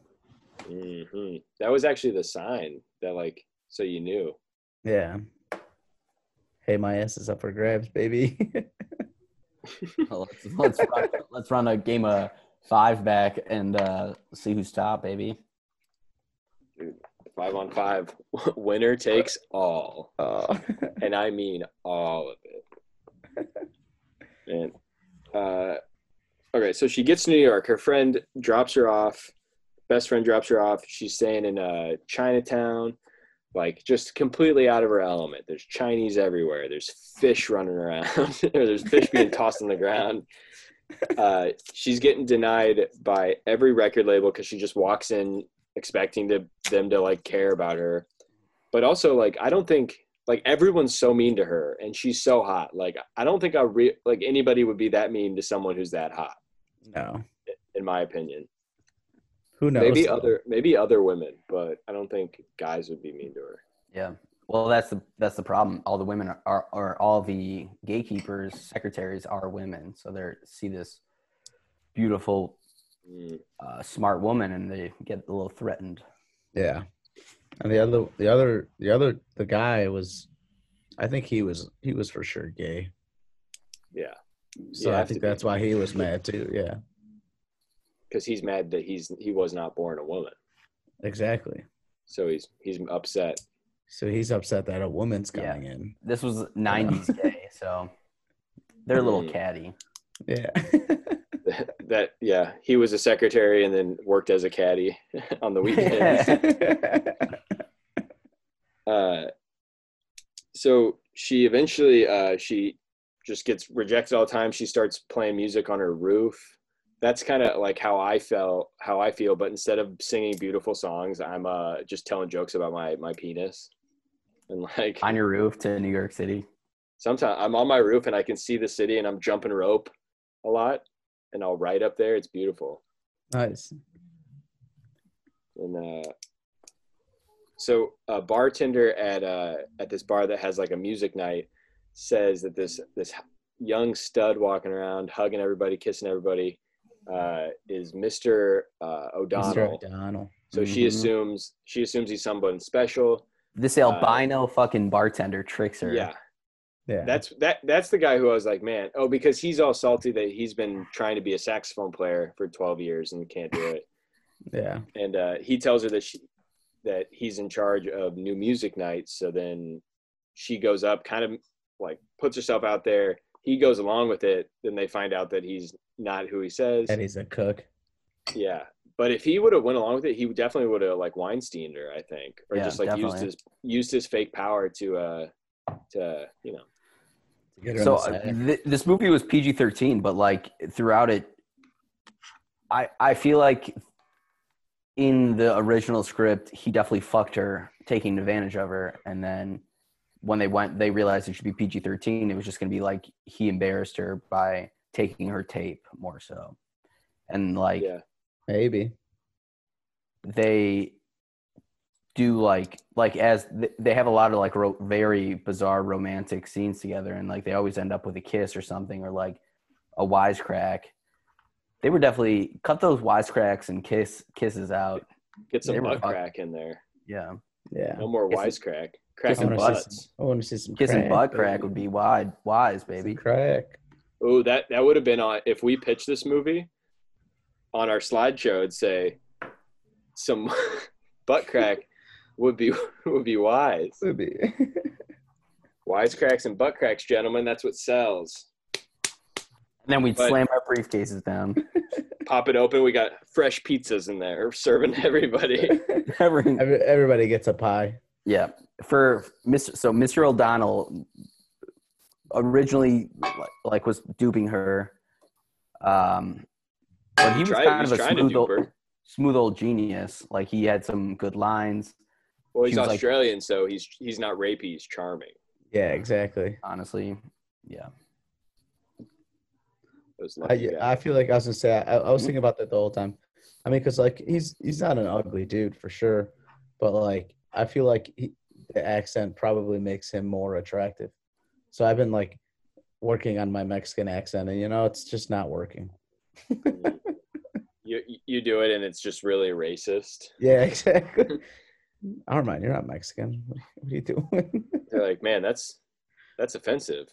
S4: hmm That was actually the sign that like so you knew.
S5: Yeah. Hey, my ass is up for grabs, baby. *laughs*
S2: let's let's *laughs* run, let's run a game of five back and uh, see who's top, baby.
S4: Five on five, *laughs* winner takes all,
S5: oh.
S4: and I mean all of it. Man, uh, okay. So she gets to New York. Her friend drops her off. Best friend drops her off. She's staying in uh, Chinatown, like just completely out of her element. There's Chinese everywhere. There's fish running around. *laughs* or there's fish being tossed on the ground. Uh, she's getting denied by every record label because she just walks in expecting to, them to like care about her. But also, like, I don't think like everyone's so mean to her, and she's so hot. Like, I don't think I re- like anybody would be that mean to someone who's that hot,
S5: no.
S4: in my opinion.
S5: Who knows?
S4: maybe
S5: though?
S4: other maybe other women, but I don't think guys would be mean to her.
S2: Yeah. Well, that's the that's the problem. All the women are, are, are all the gatekeepers, secretaries are women, so they are see this beautiful,
S4: Mm.
S2: uh, smart woman, and they get a little threatened.
S5: Yeah. And the other, the other, the other, the guy was, I think he was, he was for sure gay.
S4: Yeah,
S5: So I
S4: Yeah, have to
S5: think
S4: be.
S5: that's why he was mad too. Yeah.
S4: because he's mad that he's he was not born a woman,
S5: Exactly.
S4: so he's he's upset. *laughs*
S5: So he's upset that a woman's
S2: Yeah.
S5: coming in.
S2: This was '90s gay, so they're a little
S4: Mm.
S2: catty.
S5: Yeah. *laughs*
S4: that yeah, he was a secretary and then worked as a caddy *laughs*
S2: *laughs*
S4: on the weekends. uh, so she eventually uh, she just gets rejected all the time. She starts playing music on her roof. That's kind of like how I felt, how I feel. But instead of singing beautiful songs, I'm uh, just telling jokes about my my penis. And like
S2: On your roof to New York City.
S4: sometimes I'm on my roof and I can see the city and I'm jumping rope a lot, and I'll ride up there. It's beautiful.
S5: nice.
S4: and uh, so a bartender at uh, at this bar that has like a music night says that this this young stud walking around hugging everybody, kissing everybody, uh, is Mister uh,
S5: Mr.
S4: O'Donnell.
S5: O'Donnell.
S4: So
S5: Mm-hmm.
S4: she
S2: Mhm.
S4: assumes she assumes he's someone special.
S2: This albino fucking bartender tricks her.
S4: Yeah,
S5: Yeah.
S4: that's that. That's the guy who I was like, man, oh, because he's all salty that he's been trying to be a saxophone player for 12 years and can't do it.
S5: yeah.
S4: and uh, he tells her that she that he's in charge of new music nights. So then she goes up, kind of like puts herself out there. He goes along with it. Then they find out that he's not who he says.
S5: And he's a cook.
S4: Yeah, but if he would have went along with it, he definitely would have like Weinsteined her, I think, or
S2: Yeah,
S4: just like used
S2: definitely.
S4: his used his fake power to uh to you know
S2: So uh, th- this movie was PG thirteen, but like throughout it, I I feel like in the original script, he definitely fucked her, taking advantage of her, and then when they went, they realized it should be PG thirteen. It was just gonna be like he embarrassed her by taking her tape more so, and like
S4: yeah
S5: maybe.
S2: they do like like as th- they have a lot of like ro- very bizarre romantic scenes together and like they always end up with a kiss or something or like a wisecrack they were definitely cut those wisecracks and kiss kisses out
S4: get
S2: They
S4: some
S2: were
S4: butt
S2: fuck-
S4: crack in there.
S2: yeah
S5: Yeah.
S4: No more
S2: Kissing-
S4: wisecrack.
S5: I
S4: Cracking
S2: kissing
S5: want to see
S4: butts.
S5: some, I wanna see some
S2: kissing
S5: crack,
S2: butt crack
S5: baby.
S2: would be wide wise baby
S5: Some crack.
S4: Oh, that that would have been on if we pitched this movie on our slideshow. It'd say some *laughs* butt crack would be *laughs* would be wise.
S5: Would be. *laughs*
S4: Wise cracks and butt cracks, gentlemen. That's what sells.
S2: and then we'd
S4: But-
S2: slam our briefcases down
S4: Pop it open. We got fresh pizzas in there, *laughs* serving everybody.
S2: Every-
S5: Every, everybody gets a pie.
S2: Yeah, for Mr. So Mr. O'Donnell originally like was duping her, um, but he was
S4: Try-
S2: kind
S4: he's
S2: of a
S4: trying to
S2: smooth
S4: dupe
S2: old,
S4: her.
S2: smooth old genius. Like he had some good lines.
S4: Well, he's
S2: She was like-
S4: Australian, so he's he's not rapey. He's charming.
S5: Yeah, exactly.
S2: Honestly, yeah,
S4: Those
S5: I,
S4: lucky
S5: I
S4: guys.
S5: feel like I was gonna say I, I was
S2: Mm-hmm.
S5: thinking about that the whole time. I mean, cause like he's he's not an ugly dude for sure, but like I feel like he, the accent probably makes him more attractive. So I've been like working on my Mexican accent, and you know it's just not working.
S4: *laughs* you you do it, and it's just really racist.
S5: Yeah, *laughs*
S2: *laughs*
S5: exactly. Armand, you're not Mexican. What are you doing?
S4: they're like, man, that's that's offensive.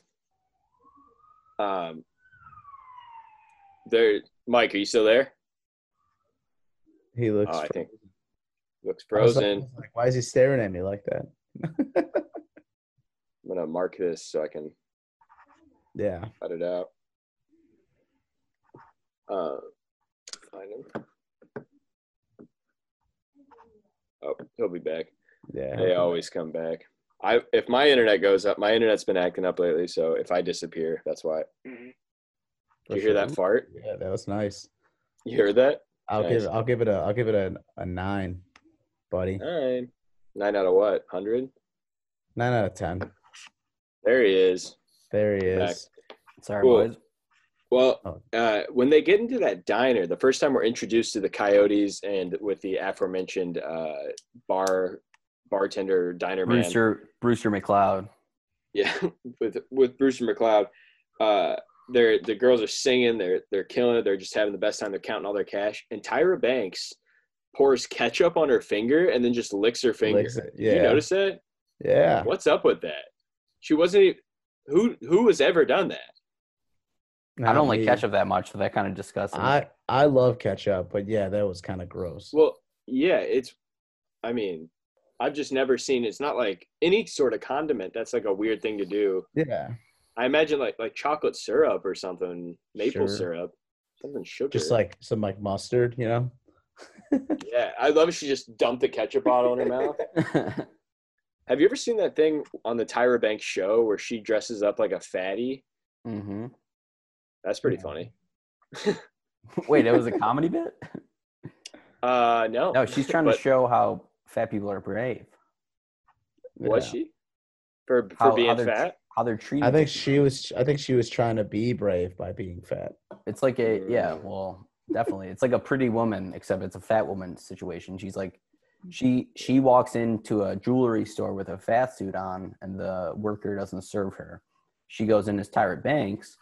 S4: Um, there, Mike, are you still there?
S5: he looks.
S4: Oh, I think looks
S5: I was like- I
S4: frozen.
S5: was like, why is he staring at me like that?
S4: I'm gonna mark this so I can
S5: Yeah.
S4: cut it out. Uh, find him. Oh, he'll be back.
S5: Yeah.
S4: They always come back. I if my internet goes up, my internet's been acting up lately. So if I disappear, that's why.
S5: for
S4: Did you hear that
S5: sure.
S4: fart?
S5: Yeah, that was nice.
S4: You heard that?
S5: I'll
S4: Nice.
S5: give I'll give it a I'll give it a, a nine, buddy.
S4: Nine. Nine out of what? Hundred?
S5: Nine out of ten.
S4: There he is.
S5: There he
S4: Back.
S5: is.
S2: sorry
S4: Cool.
S2: boys.
S4: Well,
S5: Oh.
S4: uh, when they get into that diner, the first time we're introduced to the coyotes and with the aforementioned uh, bar bartender diner man,
S2: Brewster Brewster McLeod.
S4: *laughs* yeah, with with Bruce and McLeod, uh, they're the girls are singing, they're they're killing it, they're just having the best time, they're counting all their cash, and Tyra Banks pours ketchup on her finger and then just licks her finger.
S5: Licks it,
S4: Did
S5: yeah.
S4: you notice that?
S5: Yeah.
S4: What's up with that? She wasn't. Even, who who has ever done that?
S2: I
S5: Not
S2: don't like
S5: me.
S2: ketchup that much, so that kind of disgusts me. *laughs*
S5: I I love ketchup, but yeah, that was kind of gross.
S4: Well, yeah, it's. I mean, I've just never seen. It's not like any sort of condiment. That's like a weird thing to do.
S5: yeah.
S4: I imagine like like chocolate syrup or something,
S5: Sure.
S4: maple syrup, something sugar.
S5: Just like some like mustard, you know?
S4: yeah, I love she just dumped the ketchup bottle in her
S2: *laughs*
S4: mouth. Have you ever seen that thing on the Tyra Banks show where she dresses up like a fatty?
S2: hmm
S4: That's pretty
S5: No.
S4: funny.
S2: Wait, it was a comedy
S4: *laughs*
S2: bit.
S4: Uh, no,
S2: No, she's trying to
S4: But
S2: show how fat people are brave,
S4: was
S5: Yeah.
S4: she for for
S2: How
S4: being
S2: other-
S4: fat?
S2: how they're treated.
S5: I think she was I think she was trying to be brave by being fat.
S2: It's like a yeah,
S4: Mm.
S2: well, definitely. It's like a pretty woman, except it's a fat woman situation. She's like, she she walks into a jewelry store with a fat suit on, and the worker doesn't serve her. She goes in as Tyra Banks.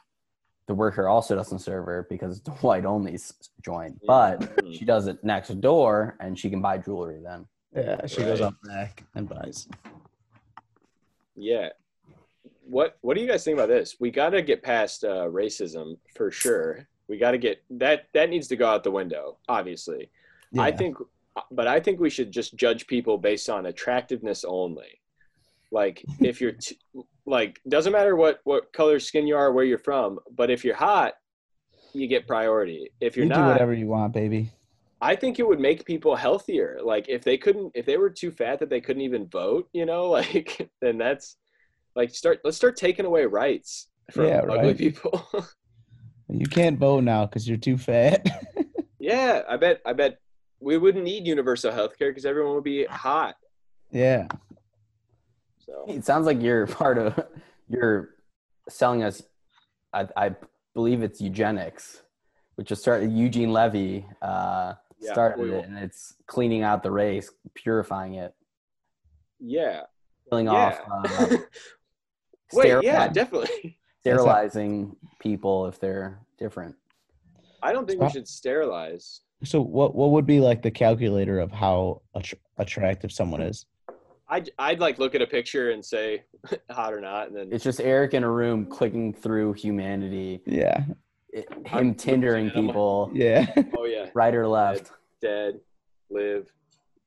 S2: The worker also doesn't serve her because it's a *laughs* white only s- joint, but
S4: Mm.
S2: she does it next door, and she can buy jewelry then.
S5: Yeah. She goes
S4: Right.
S5: up back and buys.
S4: Yeah. What What do you guys think about this? We got to get past uh, racism for sure. We got to get that. That needs to go out the window, obviously. I
S5: Yeah.
S4: think, but I think we should just judge people based on attractiveness only. Like if you're, t- like doesn't matter what what color skin you are, where you're from, but if you're hot, you get priority. If you're
S5: you do
S4: not,
S5: whatever you want, baby.
S4: I think it would make people healthier. Like if they couldn't, if they were too fat that they couldn't even vote, you know, *laughs* like then that's like start. Let's start taking away rights from
S5: Yeah,
S4: ugly
S5: right.
S4: people. *laughs*
S5: You can't vote now because you're too fat. *laughs*
S4: yeah, I bet. I bet we wouldn't need universal health care because everyone would be hot.
S5: yeah.
S4: So
S2: It sounds like you're *laughs* part of you're selling us. I, I believe it's eugenics, which was started Eugene Levy uh,
S4: Yeah,
S2: started
S4: we will-
S2: it, and it's cleaning out the race, purifying it,
S4: yeah.
S2: killing
S4: Yeah.
S2: off, uh,
S4: *laughs* Wait, yeah,
S2: stereotype-
S4: definitely. *laughs*
S2: sterilizing people if they're different.
S4: I don't think we should sterilize.
S5: So what what would be like the calculator of how attr attractive someone is?
S4: I'd, I'd like look at a picture and say *laughs* hot or not, and then
S2: It's just Eric in a room clicking through humanity,
S5: Yeah.
S2: it- him
S4: I'm-
S2: tindering
S4: I'm-
S2: people,
S5: Yeah. *laughs*
S4: oh yeah,
S2: right or left.
S4: dead, live,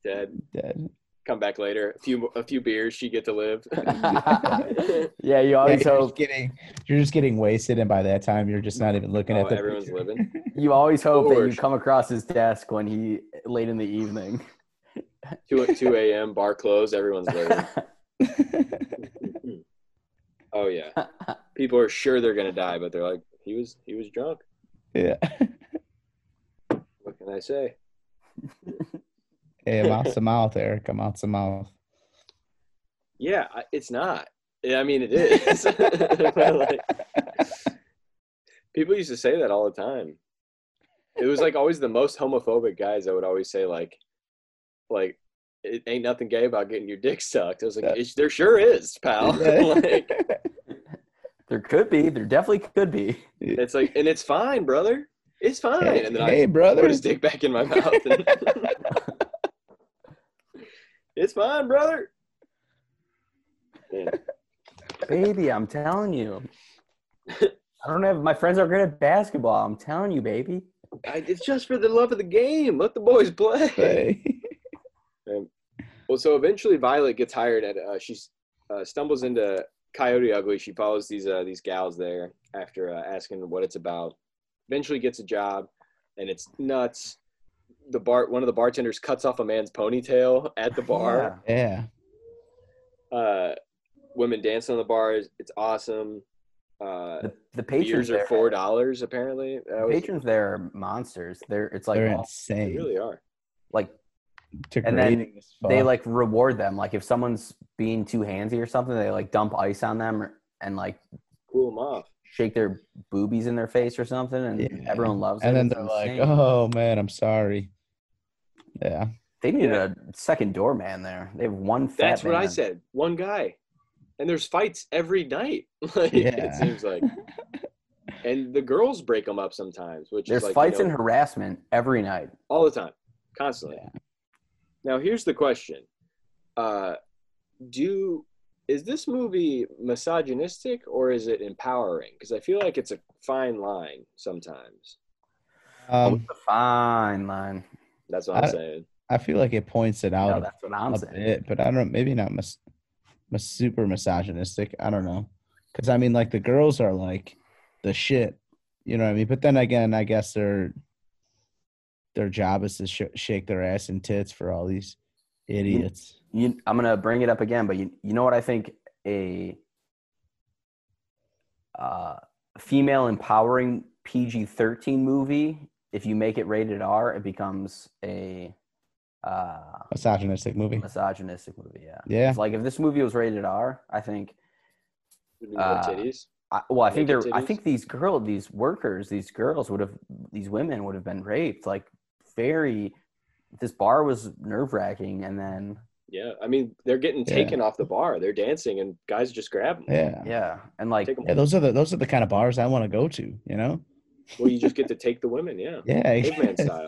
S4: dead.
S5: Dead.
S4: Come back later. A few a few beers, she get to live.
S2: *laughs* yeah, you
S5: Yeah, you're
S2: always hope
S5: just getting you're just getting wasted, and by that time you're just not even looking
S4: oh,
S5: at the
S4: everyone's
S5: picture.
S4: living.
S2: You always hope that you
S4: Forge.
S2: come across his desk when he late in the evening.
S4: Two two a.m. bar closed. Everyone's
S5: *laughs*
S4: living. Oh yeah, people are sure they're gonna die, but they're like, he was he was drunk.
S5: *laughs* yeah.
S4: What can I say?
S5: Hey, mouth to mouth, Eric. Mouth to mouth.
S4: Yeah, I- it's not. I mean,
S5: *laughs*
S4: it is. *laughs* But, like, people used to say that all the time. It was like always the most homophobic guys that would always say like, like, it ain't nothing gay about getting your dick sucked. I was like,
S5: Yeah.
S4: it, there sure is,
S5: *laughs*
S4: pal. *laughs* like,
S2: *laughs* there could be, there definitely could be.
S4: it's like, and it's fine, brother. It's fine.
S5: Hey,
S4: and then
S5: hey,
S4: I put his
S5: brothers.
S4: dick back in my mouth. and- *laughs* it's fine, brother. Man,
S2: Baby, I'm telling you. I don't have my friends are good at basketball. I'm telling you, baby.
S4: I, it's just for the love of the game. Let the boys play.
S5: Hey.
S4: Well, so eventually Violet gets hired at. Uh, she uh, stumbles into Coyote Ugly. She follows these uh, these gals there after uh, asking what it's about. Eventually gets a job, and it's nuts. The bar one of the bartenders cuts off a man's ponytail at the bar.
S5: Yeah.
S4: Uh, women dancing on the bars. It's awesome. Uh,
S2: Yeah. The, the patrons
S4: beers are
S2: there,
S4: four dollars apparently. That was,
S2: patrons there are monsters. They're it's like
S5: They're
S2: all-
S4: they
S5: insane.
S4: oh, really are.
S2: like and then
S5: Degrading as
S2: they
S5: fuck.
S2: like reward them. Like if someone's being too handsy or something, they like dump ice on them or, and like
S4: Cool them off.
S2: shake their boobies in their face or something, and
S5: Yeah.
S2: everyone loves it.
S5: and then
S2: It's
S5: they're like,
S2: insane.
S5: "Oh man, I'm sorry." Yeah,
S2: They need a second doorman there. They have one. Fat
S4: That's what I
S2: man.
S4: said. One guy. And there's fights every night. *laughs* like, It
S5: Yeah.
S2: *laughs*
S4: seems like. and the girls break them up sometimes, which
S2: There's
S4: is like
S2: fights
S4: you know,
S2: and harassment every night.
S4: all the time, constantly. Now here's the question: uh, Do is this movie misogynistic or is it empowering? Because I feel like it's a fine line sometimes.
S5: um,
S2: Fine line.
S4: That's what I'm
S5: I-
S4: saying.
S5: I feel like it points it
S2: No,
S5: out
S2: that's what I'm
S5: Oh, a
S2: saying.
S5: bit, but I don't. Maybe not mis- mis- super misogynistic. I don't know, because I mean, like the girls are like the shit. You know what I mean? But then again, I guess their their job is to sh- shake their ass and tits for all these idiots.
S2: You, I'm gonna bring it up again, but you, you know what I think a uh, female empowering PG-13 movie. If you make it rated R, it becomes a uh,
S5: Misogynistic movie.
S2: misogynistic movie. Yeah.
S5: Yeah,
S2: It's like if this movie was rated R, I think
S4: Would be more
S2: uh,
S4: titties.
S2: I, well, I think they're.
S4: Naked
S2: I
S4: titties?
S2: think these girl, these workers, these girls would have, these women would have been raped. Like very, this bar was nerve wracking, and then
S4: Yeah, I mean they're getting
S5: Yeah.
S4: taken off the bar. They're dancing and guys just grab them.
S5: yeah,
S2: yeah, and like
S4: Take 'em
S5: yeah. Those are the those are the kind of bars I want to go to. You know?
S4: Well, you just get to take the women,
S5: *laughs*
S4: yeah.
S5: Yeah, I
S4: Caveman
S5: guess.
S4: style.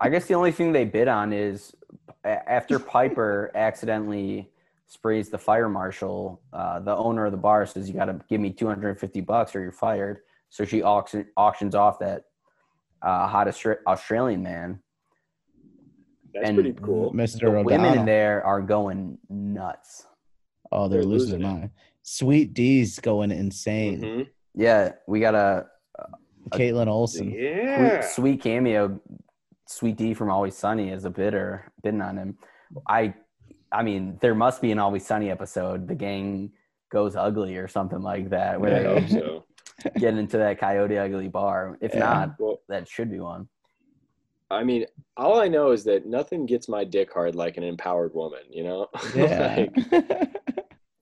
S2: I guess the only thing they bid on is a- after Piper accidentally sprays the fire marshal. Uh, the owner of the bar says, "You got to give me 250 bucks or you're fired." So she auction, auctions off that uh, hot Austra- Australian man.
S4: That's
S2: And-
S4: pretty cool.
S2: The
S5: Mr.
S2: women in
S5: O'Donnell.
S2: there are going nuts.
S5: Oh, they're
S4: They're
S5: losing their
S4: losing it.
S5: mind. Sweet D's going insane.
S4: Mhm.
S2: Yeah, we got a
S5: Caitlin
S4: *laughs*
S5: Olsen.
S4: Yeah.
S2: sweet, sweet cameo. Sweet D from Always Sunny is a bidder bidding on him. I, I mean, there must be an Always Sunny episode. The gang goes ugly or something like that, where
S4: I
S2: they
S4: hope so.
S2: *laughs* get into that Coyote Ugly bar. If
S5: Yeah.
S2: not,
S4: Well,
S2: that should be one.
S4: I mean, all I know is that nothing gets my dick hard like an empowered woman, you know? *laughs*
S5: Yeah.
S4: Like,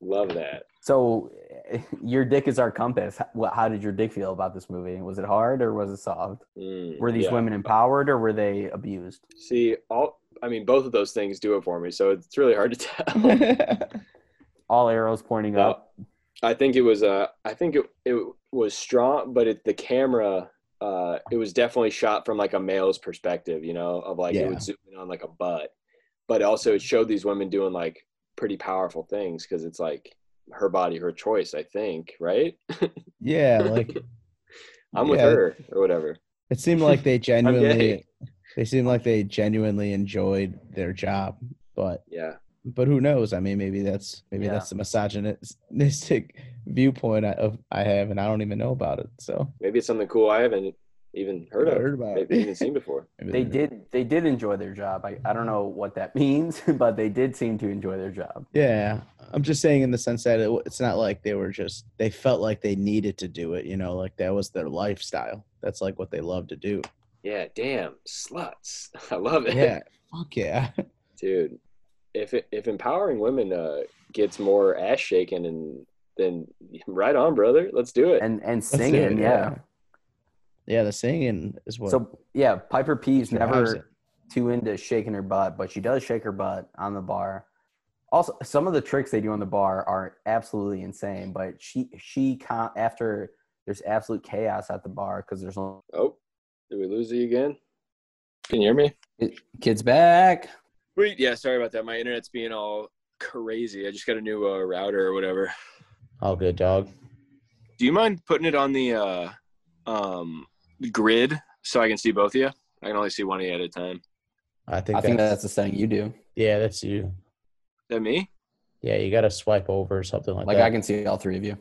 S4: love that.
S2: So, *laughs* your dick is our compass. How, how did your dick feel about this movie? Was it hard or was it soft?
S4: Mm,
S2: Were these
S4: yeah.
S2: women empowered or were they abused?
S4: See, all I mean, both of those things do it for me, so it's really hard to
S5: *laughs*
S4: tell.
S2: All arrows pointing
S4: No.
S2: up.
S4: I think it was uh I think it it was strong, but it, the camera uh it was definitely shot from like a male's perspective, you know, of like
S5: Yeah.
S4: it would zoom in on like a butt. But also it showed these women doing like pretty powerful things because it's like her body, her choice, I think, right?
S5: *laughs* yeah, like
S4: I'm with
S5: Yeah.
S4: her or whatever.
S5: it seemed like
S2: *laughs*
S5: they genuinely
S4: gay.
S5: they seemed like they genuinely enjoyed their job, but
S4: Yeah.
S5: but who knows? I mean, maybe that's maybe
S2: Yeah.
S5: that's the misogynistic *laughs* viewpoint I, of, I have, and I don't even know about it. So
S4: Maybe it's something cool I haven't even heard of.
S5: Heard about it. *laughs*
S4: Maybe even seen before.
S5: maybe
S2: They
S5: they're-
S2: did. They did enjoy their job. I, I don't know what that *laughs* means, but they did seem to enjoy their job.
S5: Yeah, I'm just saying in the sense that it, w- it's not like they were just they felt like they needed to do it. You know, like that was their lifestyle. That's like what they love
S2: *laughs*
S5: to do.
S4: Yeah, damn, sluts. *laughs* I love it.
S5: Yeah, fuck yeah. *laughs*
S4: Dude, if it, if empowering women uh, gets more ass shaken and then right on, brother. Let's do it.
S2: And and
S5: That's
S2: singing,
S5: it,
S2: yeah.
S5: Yeah, the singing is what.
S2: So yeah, Piper P's
S5: drives
S2: never
S5: it.
S2: too into shaking her butt, but she does shake her butt on the bar. Also, some of the tricks they do on the bar are absolutely insane. But she she con- after there's absolute chaos at the bar because there's no
S4: oh, did we lose you again? Can you hear me?
S2: kids back.
S4: Wait, yeah, sorry about that. My internet's being all crazy. I just got a new uh, router or whatever.
S5: all good, dog.
S4: Do you mind putting it on the uh, um, grid so I can see both of you? I can only see one of you at a time. Is
S5: I think.
S2: I
S5: that's,
S2: think that's the thing you do.
S5: yeah, that's you.
S4: that me?
S5: Yeah, you got to swipe over or something like,
S2: Like
S5: that.
S2: I can see all three of you.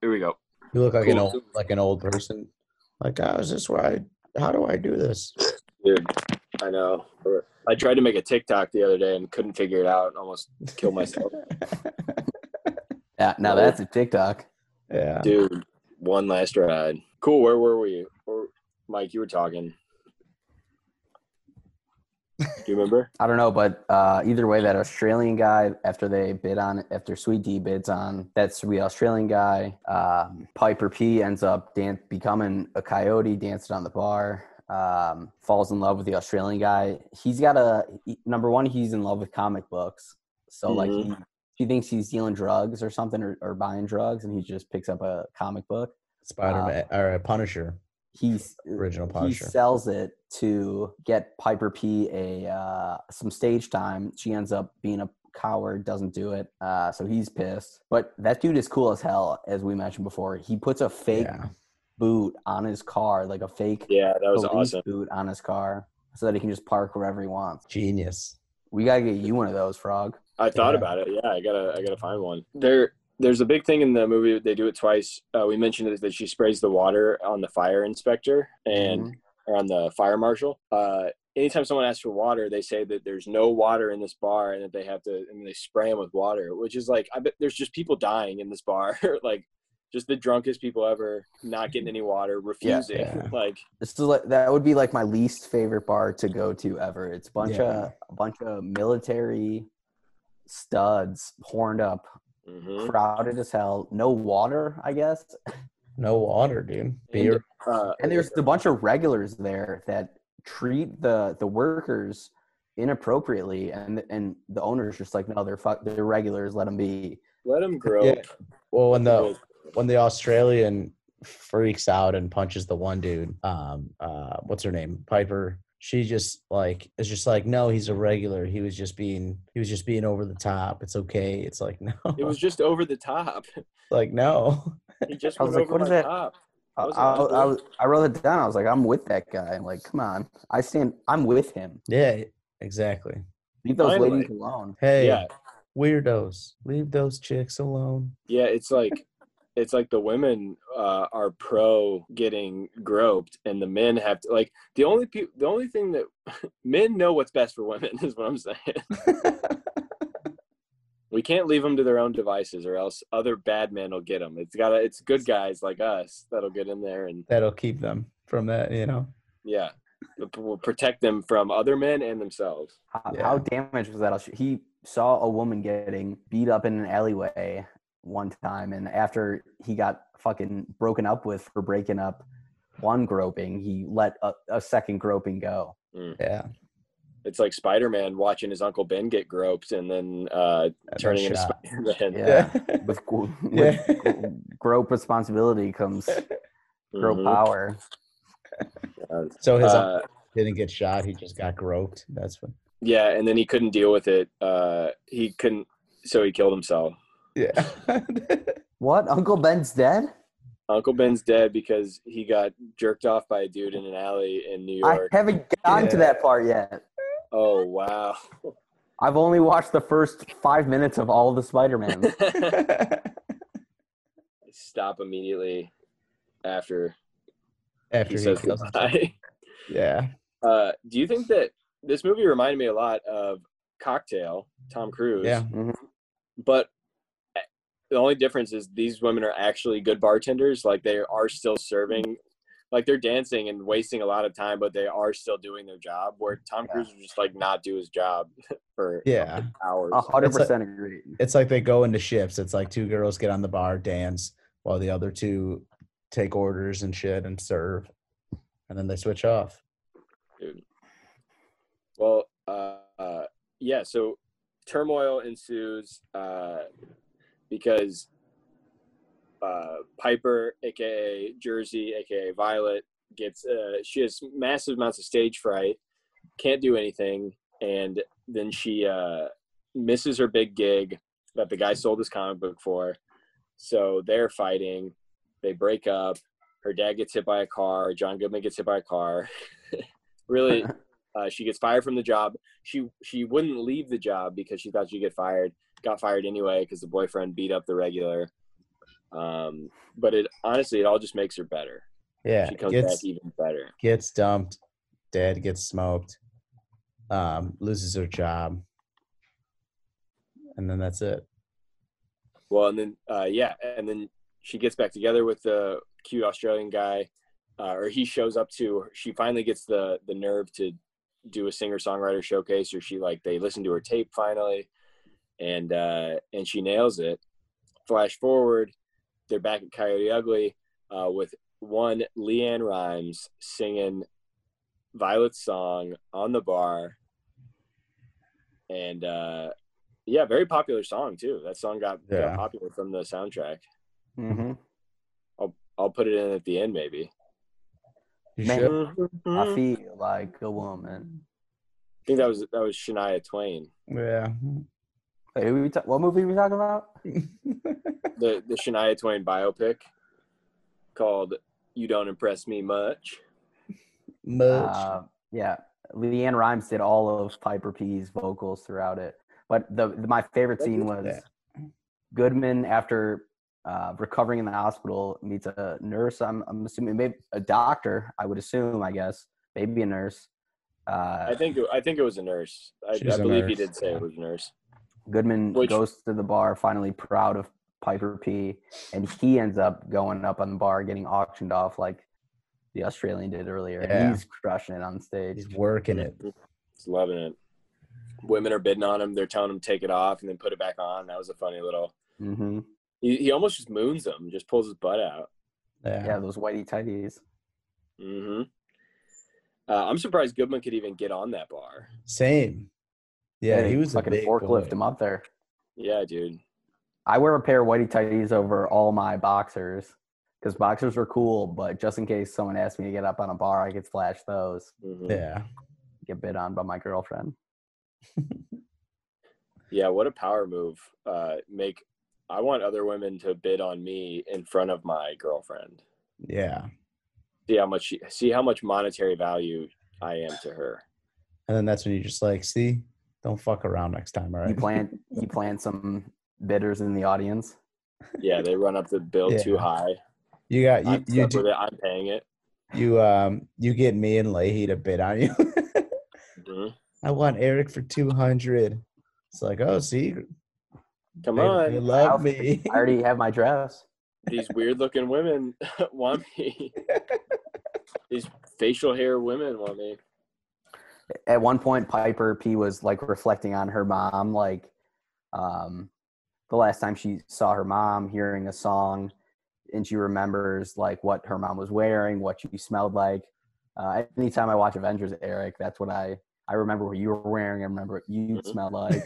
S4: Here we go.
S5: you look like an
S4: Cool.
S5: old like an old person. Like, oh, is this where I? How do I do this?
S4: Dude, I know. I tried to make a TikTok the other day and couldn't figure it out and almost killed myself.
S2: Yeah, now
S4: No.
S2: that's a TikTok.
S5: yeah.
S4: Dude, one last ride. Cool. Where were we? Or, Mike, you were talking. Do you remember?
S2: I don't know, but uh, either way, that Australian guy after they bid on after Sweet D bids on that sweet Australian guy, um, Piper P ends up dan- becoming a coyote, dancing on the bar, um, falls in love with the Australian guy. He's got a he- number one. He's in love with comic books, so like he, he thinks he's dealing drugs or something or, or buying drugs, and he just picks up a comic book.
S5: Spider Man or Punisher,
S2: He's uh,
S5: original
S2: he
S5: Punisher.
S2: sells it to get Piper P a uh, some stage time. She ends up being a coward, doesn't do it, uh, so he's pissed. But that dude is cool as hell, as we mentioned before. He puts a fake
S5: Yeah.
S2: boot on his car, like a fake
S4: Yeah, that was
S2: police
S4: awesome.
S2: boot on his car, so that he can just park wherever he wants.
S5: Genius.
S2: We gotta get you one of those, Frog.
S4: I thought
S5: Yeah.
S4: about it. Yeah, I gotta, I gotta find one. There, there's a big thing in the movie. They do it twice. Uh, we mentioned it, that she sprays the water on the fire inspector and
S2: Mhm.
S4: or on the fire marshal. Uh, anytime someone asks for water, they say that there's no water in this bar and that they have to, and they spray them with water, which is like, I bet there's just people dying in this bar, *laughs* like just the drunkest people ever, not getting any water, refusing.
S5: yeah.
S4: *laughs* Like,
S2: This is like that would be like my least favorite bar to go to ever. It's a bunch of a bunch of military studs horned up
S4: mhm.
S2: crowded as hell. No water, I guess.
S5: No water, dude. Beer.
S4: uh,
S2: And there's a bunch of regulars there that treat the the workers inappropriately, and and the owners just like, no, they're fuck, they're regulars. Let them be.
S4: let them grow.
S5: Yeah. Well, when the when the Australian freaks out and punches the one dude, um, uh, what's her name, Piper? she just like is just like no he's a regular he was just being he was just being over the top it's okay it's like *laughs* no
S4: It was just over the top. *laughs*
S5: like no *laughs*
S4: He just
S2: I was
S4: went
S2: like,
S4: over
S2: what
S4: my
S2: is that?
S4: top.
S2: I,
S4: That was
S2: I,
S4: awful.
S2: I, was- I wrote it down. I was like, I'm with that guy. Like, come on. I stand. I'm with him.
S5: yeah exactly
S2: Leave those
S4: Finally.
S2: ladies alone. *laughs*
S5: hey
S4: Yeah,
S5: weirdos leave those chicks alone
S4: yeah. It's like, it's like the women uh, are pro getting groped, and the men have to like the only pe- the only thing that *laughs* men know what's best for women *laughs* is what I'm saying. we can't leave them to their own devices, or else other bad men will get them. It's got to it's good guys like us that'll get in there and
S5: that'll keep them from that you know
S4: yeah, p- will protect them from other men and themselves.
S2: How,
S5: Yeah.
S2: how damaged was that? He saw a woman getting beat up in an alleyway one time, and after he got fucking broken up with for breaking up one groping, he let a, a second groping go.
S5: yeah
S4: It's like Spider-Man watching his uncle Ben get groped and then uh, turning into
S5: shot.
S4: Spider-Man.
S2: Yeah.
S5: *laughs* yeah
S2: With, gro- with
S5: yeah
S2: grope responsibility
S5: *laughs*
S2: comes grope
S4: Mhm.
S2: power.
S5: so his
S4: Uh,
S5: didn't get shot he just got groped that's
S4: *laughs*
S5: what
S4: yeah, and then he couldn't deal with it. Uh, he couldn't, so he killed himself.
S5: yeah *laughs*
S2: What? Uncle Ben's dead?
S4: Uncle Ben's dead because he got jerked off by a dude in an alley in New
S2: I
S4: York.
S2: haven't gotten to
S5: Yeah.
S2: that part yet.
S4: oh wow! *laughs*
S2: I've only watched the first five minutes of all the
S5: *laughs*
S2: Spider-Man.
S4: Stop immediately after
S5: after
S4: he says
S5: kills himself.
S4: goodbye. *laughs*
S5: yeah
S4: Uh, do you think that this movie reminded me a lot of Cocktail, Tom Cruise?
S5: yeah
S4: but eh, the only difference is these women are actually good bartenders like they are still serving like they're dancing and wasting a lot of time but they are still doing their job where tom
S2: Yeah.
S4: cruise would just like not do his job *laughs* for
S5: yeah
S4: hours
S2: A hundred
S5: It's like-
S2: percent agree.
S5: it's like they go into shifts. It's like two girls get on the bar, dance, while the other two take orders and shit and serve, and then they switch off.
S4: well uh, uh yeah so turmoil ensues uh because uh piper aka jersey aka violet gets uh she has massive amounts of stage fright can't do anything and then she uh misses her big gig that the guy sold his comic book for so they're fighting they break up her dad gets hit by a car john goodman gets hit by a car *laughs* really uh, she gets fired from the job she she wouldn't leave the job because she thought she'd get fired got fired anyway because the boyfriend beat up the regular um but it honestly it all just makes her better
S5: Yeah,
S4: she comes back
S5: gets
S4: even better
S5: gets dumped, dead, gets smoked, um, loses her job, and then that's it.
S4: Well, and then uh, yeah, and then she gets back together with the cute Australian guy, uh, or he shows up to. She finally gets the the nerve to do a singer songwriter showcase, or she like they listen to her tape finally, and uh, and she nails it. Flash forward, they're back at Coyote Ugly uh, with one Leanne Rhymes singing Violet's song on the bar, and. Uh, yeah, very popular song too. That song got,
S5: Yeah.
S4: got popular from the soundtrack.
S2: hmm
S4: I'll put it in at the end maybe.
S5: You
S2: Man.
S5: should.
S2: I
S5: Mm-hmm.
S4: I
S2: feel like a woman.
S4: think that was that was Shania Twain.
S5: Yeah.
S2: Wait, who we ta- what movie are we talking about?
S5: *laughs*
S4: The the Shania Twain biopic called You Don't Impress Me Much.
S5: Much.
S2: Uh, yeah, Leanne Rhymes did all of Piper P's vocals throughout it. But the, the- my favorite
S5: Look
S2: scene
S5: at
S2: was
S5: that.
S2: Goodman after uh, recovering in the hospital meets a nurse. I'm, I'm assuming maybe a doctor. I would assume. I guess maybe a nurse. Uh,
S4: I think it, I think it was a nurse. I,
S5: She's
S4: I
S5: a
S4: believe he
S5: nurse,
S4: did say
S5: yeah.
S4: it was a nurse.
S2: Goodman
S4: Which-
S2: goes to the bar, finally proud of Piper P, and he ends up going up on the bar, getting auctioned off like the Australian did earlier. and
S5: Yeah.
S2: He's crushing it on stage.
S5: He's working it.
S4: He's loving it. Women are bidding on him. They're telling him take it off and then put it back on. That was a funny little.
S2: hmm
S4: He, he almost just moons him. Just pulls his butt out.
S5: Yeah.
S2: Yeah, those whitey tighties.
S4: hmm Uh, I'm surprised Goodman could even get on that bar.
S5: Same. Yeah,
S2: they
S5: he was a
S2: fucking
S5: big
S2: forklift
S5: boy.
S2: him up there.
S4: Yeah, dude.
S2: I wear a pair of whitey tighties over all my boxers because boxers are cool, but just in case someone asks me to get up on a bar, I could flash those.
S4: Mhm.
S5: Yeah.
S2: get bid on by my girlfriend.
S4: Yeah, what a power move. Uh, make I want other women to bid on me in front of my girlfriend.
S5: Yeah.
S4: See how much she, see how much monetary value I am to her.
S5: And then that's when you're just like, see, don't fuck around next time, all
S2: You
S5: right? *laughs*
S2: plant you plant some bidders in the audience.
S4: Yeah, they run up the bill too
S5: Yeah.
S4: high.
S5: You got
S4: I'm
S5: you you,
S4: stuck
S5: do,
S4: with it. I'm paying it.
S5: you um you get me and Leahy to bid on you. *laughs*
S4: Mhm.
S5: I want Eric for two hundred. It's like, oh, see,
S4: Come
S5: they, they
S4: on,
S5: love
S2: Alf-
S5: me. *laughs*
S2: I already have my dress.
S4: these weird looking women *laughs* want
S5: *laughs*
S4: me. these facial hair women want me.
S2: At one point, Piper P was like reflecting on her mom, like um, the last time she saw her mom, hearing a song, and she remembers like what her mom was wearing, what she smelled like. Uh, anytime I watch Avengers, Eric, that's what I I remember what you were wearing. I remember what you
S4: Mhm.
S2: smelled like.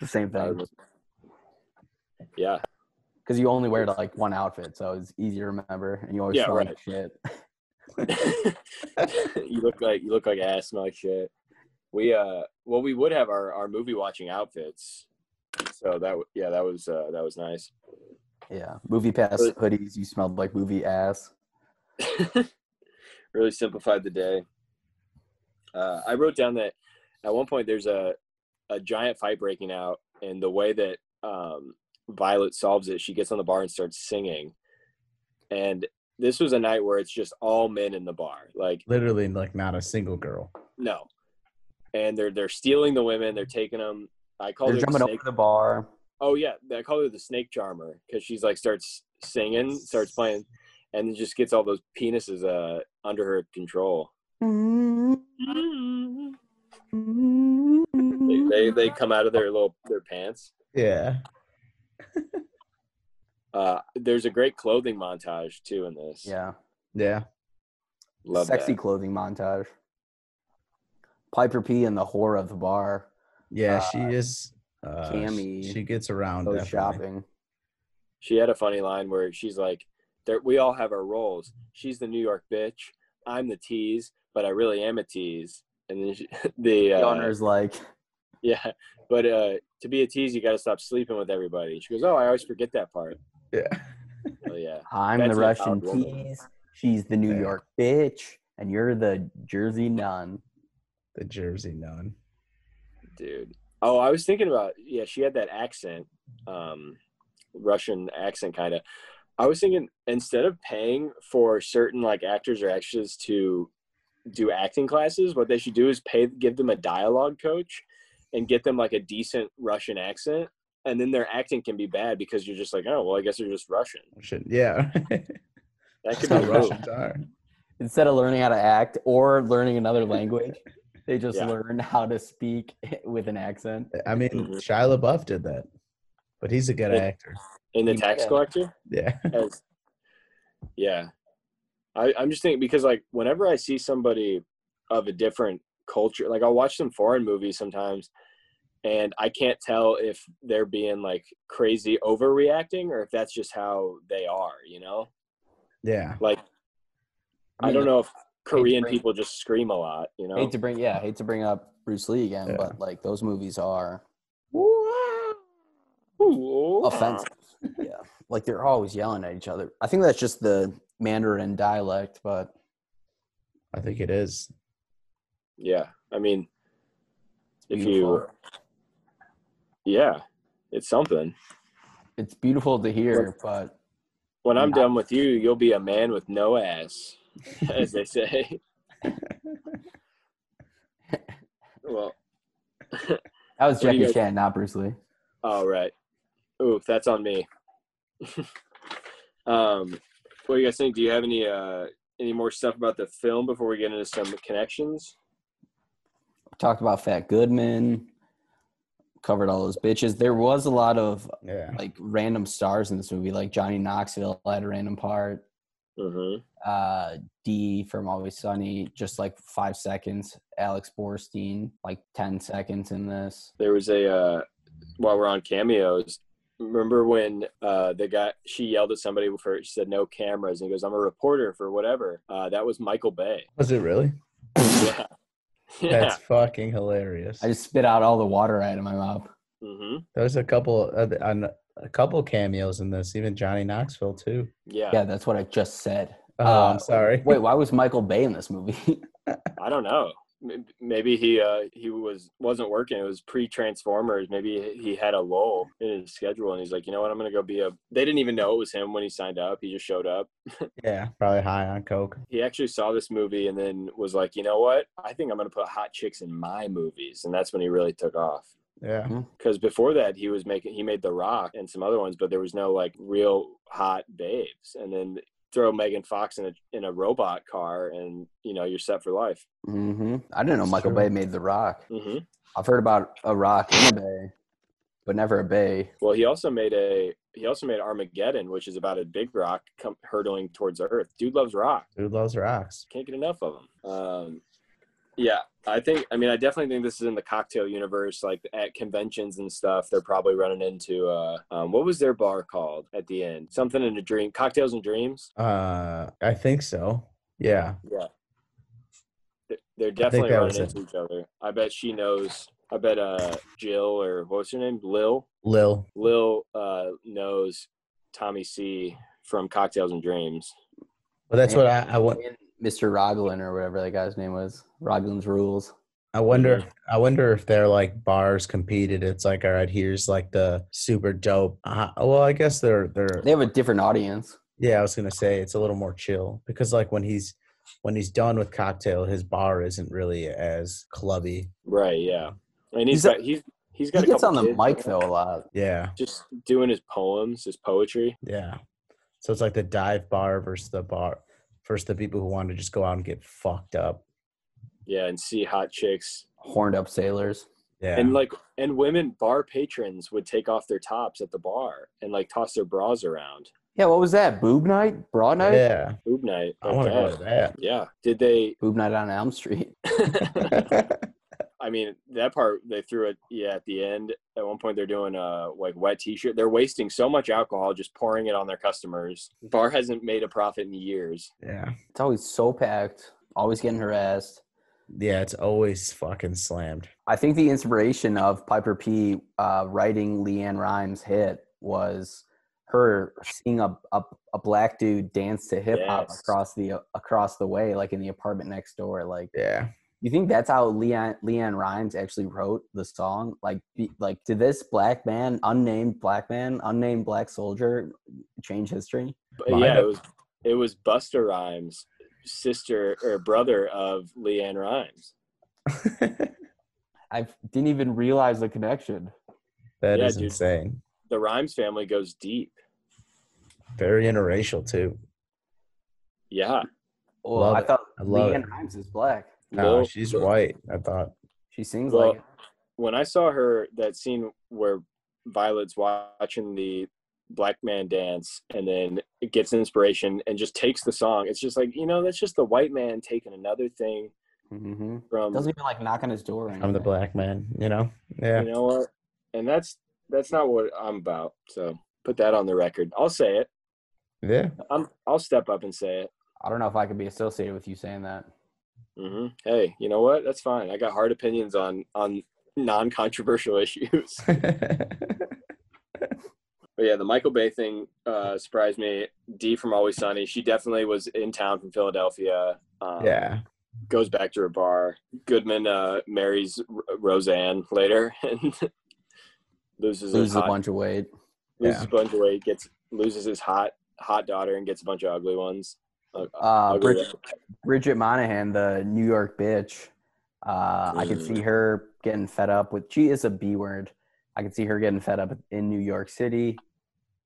S2: the same
S4: *laughs*
S2: thing
S4: Yeah,
S2: because you only wear like one outfit, so it's easy to remember, and you always
S4: Yeah,
S2: smell
S4: right.
S2: like shit. *laughs*
S4: *laughs* you look like you look like ass, smell like shit. We uh, well, we would have our our movie watching outfits. So that w- yeah, that was uh, that was nice.
S2: Yeah, movie pass
S4: Really-
S2: hoodies. You smelled like movie ass.
S4: really simplified the day. Uh, I wrote down that at one point there's a a giant fight breaking out, and the way that um, Violet solves it, she gets on the bar and starts singing. And this was a night where it's just all men in the bar, like
S5: Literally, like not a single girl.
S4: no, and they're they're stealing the women, they're taking them. I call
S2: They're
S4: her the
S2: jumping over
S4: snake.
S2: the bar.
S4: Oh yeah, I call her the snake charmer because she's like starts singing, starts playing, and then just gets all those penises uh, under her control. They, they they come out of their little their pants.
S5: Yeah.
S4: Uh, there's a great clothing montage too in this.
S2: Yeah,
S5: Yeah.
S4: love
S2: sexy
S4: that.
S2: clothing montage. Piper P and the whore of the bar
S5: Yeah, she is. Uh, sh-
S2: Cammy
S5: She gets around.
S2: goes
S5: Oh, definitely.
S2: shopping.
S4: She had a funny line where she's like, "There, we all have our roles. She's the New York bitch. I'm the tease, but I really am a tease." And then she, *laughs* the
S2: The
S4: uh,
S2: owner's like,
S4: *laughs* yeah, but uh, to be a tease, you got to stop sleeping with everybody. She goes, "Oh, I always forget that part."
S5: Yeah.
S4: Oh yeah,
S2: "I'm
S4: that's
S2: the
S4: an
S2: Russian
S4: empowered woman.
S2: tease. She's the New
S5: Yeah.
S2: York bitch, and you're the Jersey nun."
S5: *laughs* The Jersey nun.
S4: dude. Oh, I was thinking about yeah. She had that accent, um, Russian accent kind of. I was thinking instead of paying for certain like actors or actresses to do acting classes, what they should do is pay give them a dialogue coach and get them like a decent Russian accent, and then their acting can be bad because you're just like, oh well, I guess they're just Russian.
S5: Shit. Yeah. *laughs*
S4: That
S5: That's
S4: could
S2: *laughs*
S5: how
S4: be cool.
S5: Russians are.
S2: Instead of learning how to act or learning
S5: *laughs*
S2: another language, they just
S4: Yeah.
S2: learn how to speak *laughs* with an accent.
S5: I mean,
S2: Mm-hmm.
S4: Mhm.
S5: Shia LaBeouf did that, but he's a good
S4: Yeah.
S5: actor.
S4: in the tax
S2: Yeah.
S4: collector.
S5: Yeah. *laughs*
S4: as yeah I, i'm just thinking because like whenever i see somebody of a different culture like i'll watch some foreign movies sometimes and i can't tell if they're being like crazy overreacting or if that's just how they are you know
S5: Yeah.
S4: like i,
S2: mean,
S4: don't know if korean
S2: bring-
S4: people just scream a lot you know
S2: Hate to bring yeah, hate to bring up Bruce Lee again,
S5: Yeah.
S2: but like those movies are
S4: Ooh.
S2: offensive. yeah. Like they're always yelling at each other. I think that's just the Mandarin dialect, but
S5: I think it is.
S4: yeah i mean if
S2: beautiful.
S4: you yeah it's something
S2: it's beautiful to hear, but
S4: When I'm
S2: Not-
S4: done with you, you'll be a man with no ass, *laughs* as they say. well,
S2: that was
S4: What do you
S2: Jackie
S4: guys-
S2: Chan, not Bruce Lee.
S4: all right. Oof, that's on me. *laughs* um, what do you guys think? Do you have any uh, any more stuff about the film before we get into some connections?
S2: Talked about Fat Goodman, covered all those bitches. There was a lot of
S5: Yeah.
S2: like random stars in this movie, like Johnny Knoxville had a random part.
S4: Mm-hmm.
S2: uh, D from Always Sunny, just like five seconds. Alex Borstein, like 10 seconds in this.
S4: There was a uh, while we're on cameos. Remember when uh, the guy she yelled at somebody for she said no cameras and he goes I'm a reporter for whatever. Uh, that was Michael Bay.
S5: Was it really?
S4: yeah. Yeah.
S5: That's fucking hilarious.
S2: I just spit out all the water out of my mouth.
S4: hmm
S5: There's a couple of the- on a couple cameos in this, even Johnny Knoxville too.
S4: Yeah.
S2: Yeah, that's what I just said.
S5: Oh,
S2: Uh,
S5: I'm sorry.
S2: Wait, why was Michael Bay in this movie? *laughs*
S4: I don't know. M- Maybe he uh, he was wasn't working. It was pre Transformers. Maybe he had a lull in his schedule, and he's like, you know what? I'm gonna go be a. They didn't even know it was him when he signed up. He just showed up.
S5: *laughs* Yeah, probably high on coke.
S4: He actually saw this movie and then was like, you know what? I think I'm gonna put hot chicks in my movies, and that's when he really took off.
S5: Yeah,
S4: Because before that, he was making he made The Rock and some other ones, but there was no like real hot babes. And then throw Megan Fox in a in a robot car, and you know you're set for life. Mm-hmm.
S2: hmm I didn't know
S5: It's
S2: Michael
S5: true.
S2: Bay made The Rock.
S4: hmm
S2: I've heard about a rock in a bay, but never a bay.
S4: Well, he also made a he also made Armageddon, which is about a big rock come, hurtling towards Earth. Dude loves rock.
S5: dude loves rocks.
S4: Can't get enough of him. Um, yeah, I think. I mean, I definitely think this is in the cocktail universe. Like at conventions and stuff, they're probably running into uh, um, what was their bar called at the end? Something in a dream, cocktails and dreams.
S5: Uh, I think so. Yeah,
S4: Yeah, They- they're definitely
S5: that
S4: running
S5: was it.
S4: into each other. I bet she knows. I bet uh, Jill or what's her name, Lil.
S5: Lil.
S4: Lil uh, knows Tommy C from Cocktails and Dreams.
S5: But that's what I I, wa-
S2: And Mr. Roglin or whatever that guy's name was. Roglin's Rules.
S5: I wonder. If, I wonder if they're like bars competed. It's like all right, here's like the super dope. Uh, well, I guess they're they're
S2: They have a different audience.
S5: Yeah, I was gonna say it's a little more chill because like when he's when he's done with cocktail, his bar isn't really as clubby.
S4: Right. Yeah. And he's
S2: He's a-
S4: got, he's he's
S2: He
S4: got a
S2: gets on the
S4: couple kids,
S2: mic though a lot.
S5: Yeah,
S4: Just doing his poems, his poetry.
S5: yeah. So it's like the dive bar versus the bar versus the people who want to just go out and get fucked up.
S4: Yeah, and see hot chicks
S2: Horned up sailors.
S5: Yeah,
S4: and like and women bar patrons would take off their tops at the bar and like toss their bras around.
S2: Yeah, what was that? Boob night? Broad night?
S5: yeah.
S4: Boob night.
S5: I
S4: like
S5: want to go
S4: that.
S5: to that.
S4: Yeah. Did they?
S2: Boob night on Elm Street. *laughs*
S4: *laughs* I mean, that part they threw it. Yeah, at the end, at one point they're doing a like wet T-shirt. They're wasting so much alcohol just pouring it on their customers. Bar hasn't made a profit in years.
S5: yeah,
S2: It's always so packed, always getting harassed.
S5: yeah. It's always fucking slammed.
S2: I think the inspiration of Piper P uh, writing Leanne Rhymes' hit was her seeing a, a, a black dude dance to hip hop
S4: Yes.
S2: across the across the way, like in the apartment next door. Like,
S5: Yeah, *laughs*
S2: you think that's how Leanne Leanne Rhymes actually wrote the song? Like, be, like did this black man, unnamed black man, unnamed black soldier, change history?
S4: But
S5: Might
S4: yeah,
S5: have.
S4: it was it was Buster Rhymes, sister or brother of Leanne Rhymes.
S2: I didn't even realize the connection.
S5: that is
S4: Yeah, dude.
S5: insane.
S4: The Rhymes family goes deep.
S5: Very interracial too.
S4: Yeah.
S2: Well,
S5: Love
S2: I
S5: it.
S2: thought
S5: I love
S2: Leanne
S5: it.
S2: Rhymes is black.
S5: No,
S4: Lil-
S5: she's white. I thought.
S2: She sings
S4: Well,
S2: like
S4: when I saw her that scene where Violet's watching the black man dance and then it gets inspiration and just takes the song. It's just like, you know, that's just the white man taking another thing
S2: hmm
S4: from
S2: Doesn't even like knock on his door. Or
S5: I'm the
S2: anything.
S5: black man. You know. Yeah.
S4: you know what? And that's that's not what I'm about. So put that on the record. I'll say it.
S5: Yeah.
S4: I'm I'll step up and say it.
S2: I don't know if I could be associated with you saying that.
S4: hmm Hey, you know what? That's fine. I got hard opinions on on non-controversial *laughs* issues. But yeah, the Michael Bay thing uh, surprised me. Dee from Always Sunny, she definitely was in town from Philadelphia.
S5: *laughs*
S4: Um,
S5: yeah.
S4: goes back to her bar. Goodman uh, marries R- Roseanne later *laughs* and
S2: Loses
S4: loses his
S2: a
S4: hot,
S2: bunch of weight.
S4: loses
S5: yeah.
S4: a bunch of weight. Gets loses his hot hot daughter and gets a bunch of ugly ones. Uh,
S2: Uh,
S4: ugly-
S2: Bridget, Bridget Monahan, the New York bitch. Uh, I could see her getting fed up with. She is a B word. I could see her getting fed up in New York City,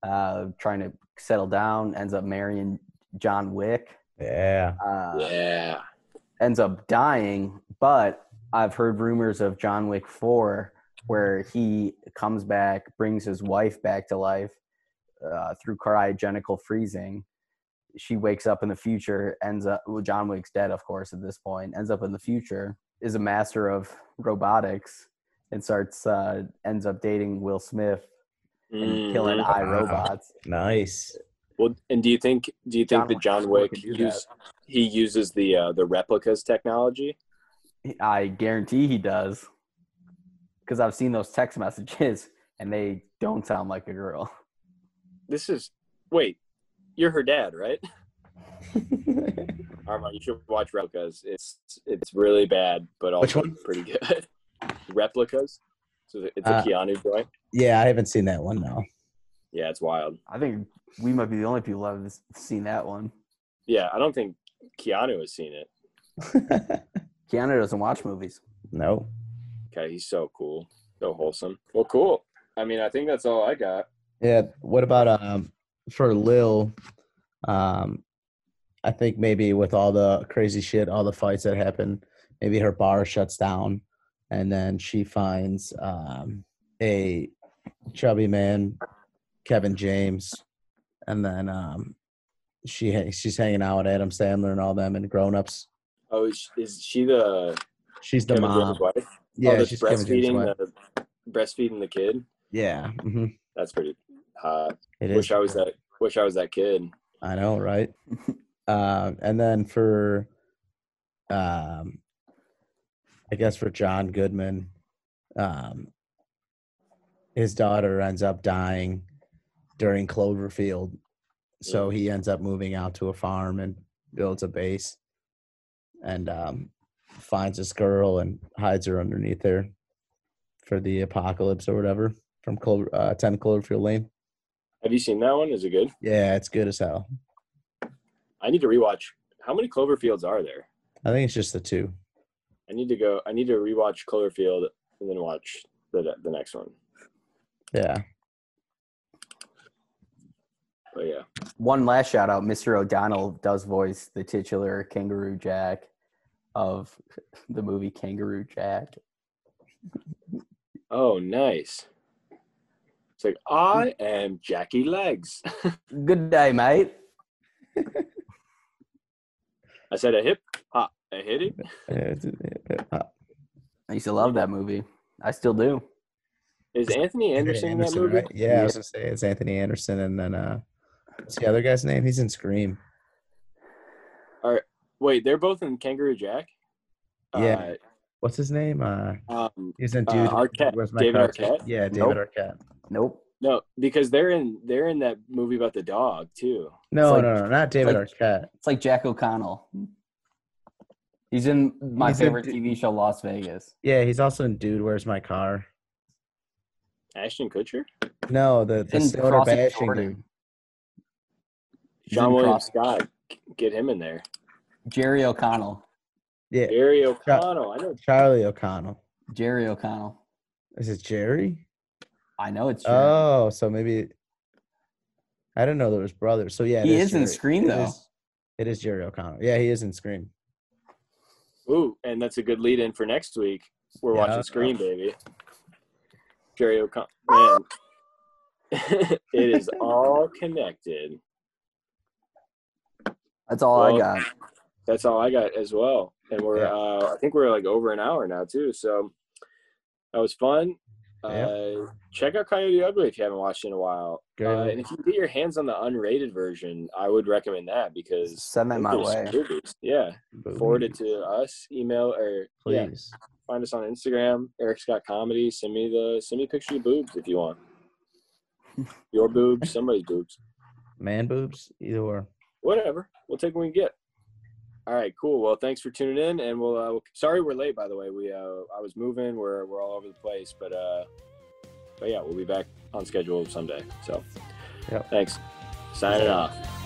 S2: uh, trying to settle down. Ends up marrying John Wick.
S5: Yeah.
S2: Uh,
S4: yeah,
S2: ends up dying, but I've heard rumors of John Wick 4 where he comes back, brings his wife back to life uh, through cryogenical freezing. She wakes up in the future, ends up, well, John Wick's dead, of course, at this point, ends up in the future, is a master of robotics, and starts, uh, ends up dating Will Smith and
S4: Mm.
S2: killing
S5: Mhm.
S2: iRobots.
S4: *laughs*
S5: Nice.
S4: Well, and do you think do you think
S2: John
S4: that John
S2: Wick
S4: Wick
S2: could do that.
S4: use, he uses the uh, the replicas technology?
S2: I guarantee he does, because I've seen those text *laughs* messages and they don't sound like a girl.
S4: This is wait, you're her dad, right? Armand, you should watch replicas. It's it's really bad, but
S5: Which
S4: also
S5: one?
S4: pretty good. *laughs* replicas. So it's a
S5: Uh,
S4: Keanu joint.
S5: yeah, I haven't seen that one now.
S4: Yeah, it's wild.
S2: I think we might be the only people that have seen that one.
S4: Yeah, I don't think Keanu has seen it.
S5: *laughs*
S2: Keanu doesn't watch movies.
S5: no.
S4: Okay, he's so cool, so wholesome. Well, cool. I mean, I think that's all I got.
S5: Yeah. What about um for Lil? Um, I think maybe with all the crazy shit, all the fights that happen, maybe her bar shuts down, and then she finds um a chubby man, Kevin James, and then um she ha- she's hanging out with Adam Sandler and all them and grown ups.
S4: Oh, is, is she the
S5: She's the
S4: Kevin
S5: mom.
S4: James' wife?
S5: Yeah,
S4: oh, that's
S5: she's Kevin James'
S4: breastfeeding
S5: wife.
S4: the breastfeeding the kid.
S5: Yeah, hmm
S4: That's pretty hot.
S5: it is.
S4: Wish I was that. Wish I was that kid.
S5: I know, right? uh, and then for, um, I guess for John Goodman, um, his daughter ends up dying during Cloverfield, so he ends up moving out to a farm and builds a base, and um, finds this girl and hides her underneath there for the apocalypse or whatever from Clover, uh, Ten Cloverfield Lane.
S4: Have you seen that one? Is it good?
S5: Yeah, it's good as hell.
S4: I need to rewatch. How many Cloverfields are there?
S5: I think it's just the two.
S4: I need to go. I need to rewatch Cloverfield and then watch the the next one.
S5: Yeah.
S4: But yeah,
S2: One last shout out Mr. O'Donnell does voice the titular Kangaroo Jack of *laughs* the movie Kangaroo Jack.
S4: Oh, nice. It's like, I am Jackie Legs. *laughs*
S2: Good day, mate.
S4: I said a hip hop, a hit it.
S5: uh,
S2: I used to love that movie. I still do.
S4: Is Anthony Anderson in that movie?
S5: right? Yeah, I was gonna say it's Anthony Anderson, and then uh, what's the other guy's name? He's in Scream.
S4: Wait, they're both in Kangaroo Jack?
S5: Yeah. What's his name? Uh,
S4: Uh, um,
S5: he's in
S4: Uh,
S5: Dude.
S4: Arquette.
S5: Where's
S4: David
S5: Car?
S4: Arquette?
S5: Yeah, David
S2: Nope.
S5: Arquette.
S2: Nope.
S4: no, because they're in they're in that movie about the dog too.
S5: No,
S2: like-
S5: no, no, not David
S2: like-
S5: Arquette.
S2: It's like Jack O'Connell. He's in my
S5: He's in-
S2: favorite TV show, Las Vegas.
S5: Yeah, he's also in Dude. Where's my car?
S4: Ashton Kutcher,
S5: No, the the
S2: In
S5: soda
S2: Crossing
S5: bashing
S2: Jordan.
S5: dude.
S2: He's
S4: Sean
S2: in
S4: William
S2: Cross-
S4: Scott, get him in there.
S2: Jerry O'Connell.
S5: Yeah,
S4: Barry O'Connell, I know.
S5: Charlie O'Connell.
S2: Jerry O'Connell.
S5: Is it Jerry?
S2: I know it's Jerry.
S5: Oh, so maybe I didn't know there was brothers. So yeah, it
S2: He is in
S5: Jerry-
S2: Scream,
S5: it
S2: though.
S5: is- it is Jerry O'Connell. Yeah, he is in Scream.
S4: Ooh, and that's a good lead in for next week. We're
S5: Yeah.
S4: watching Scream, baby. Jerry O'Connell. Man. *laughs* it is all connected.
S2: That's all I
S4: Well,
S2: got.
S4: that's all I got as well. And we're
S5: Yeah.
S4: uh, I think we're like over an hour now too. So that was fun. Uh, check out Coyote Ugly if you haven't watched it in a while.
S5: Good.
S4: Uh, and if you get your hands on the unrated version, I would recommend that because
S2: Send that my
S4: there's
S2: way.
S4: movies. Yeah, forward it to us, email or yeah,
S5: please.
S4: find us on Instagram. Eric's got comedy. Send me the send me a picture of your boobs if you want. Your boobs, somebody's boobs,
S5: Man boobs, either or.
S4: whatever. We'll take what we can get. All right, cool. Well, thanks for tuning in, and we'll. Uh, we'll sorry we're late, by the way. We uh, I was moving. We're we're all over the place, but uh, but yeah, we'll be back on schedule someday. So,
S5: Yep.
S4: thanks. Signing off.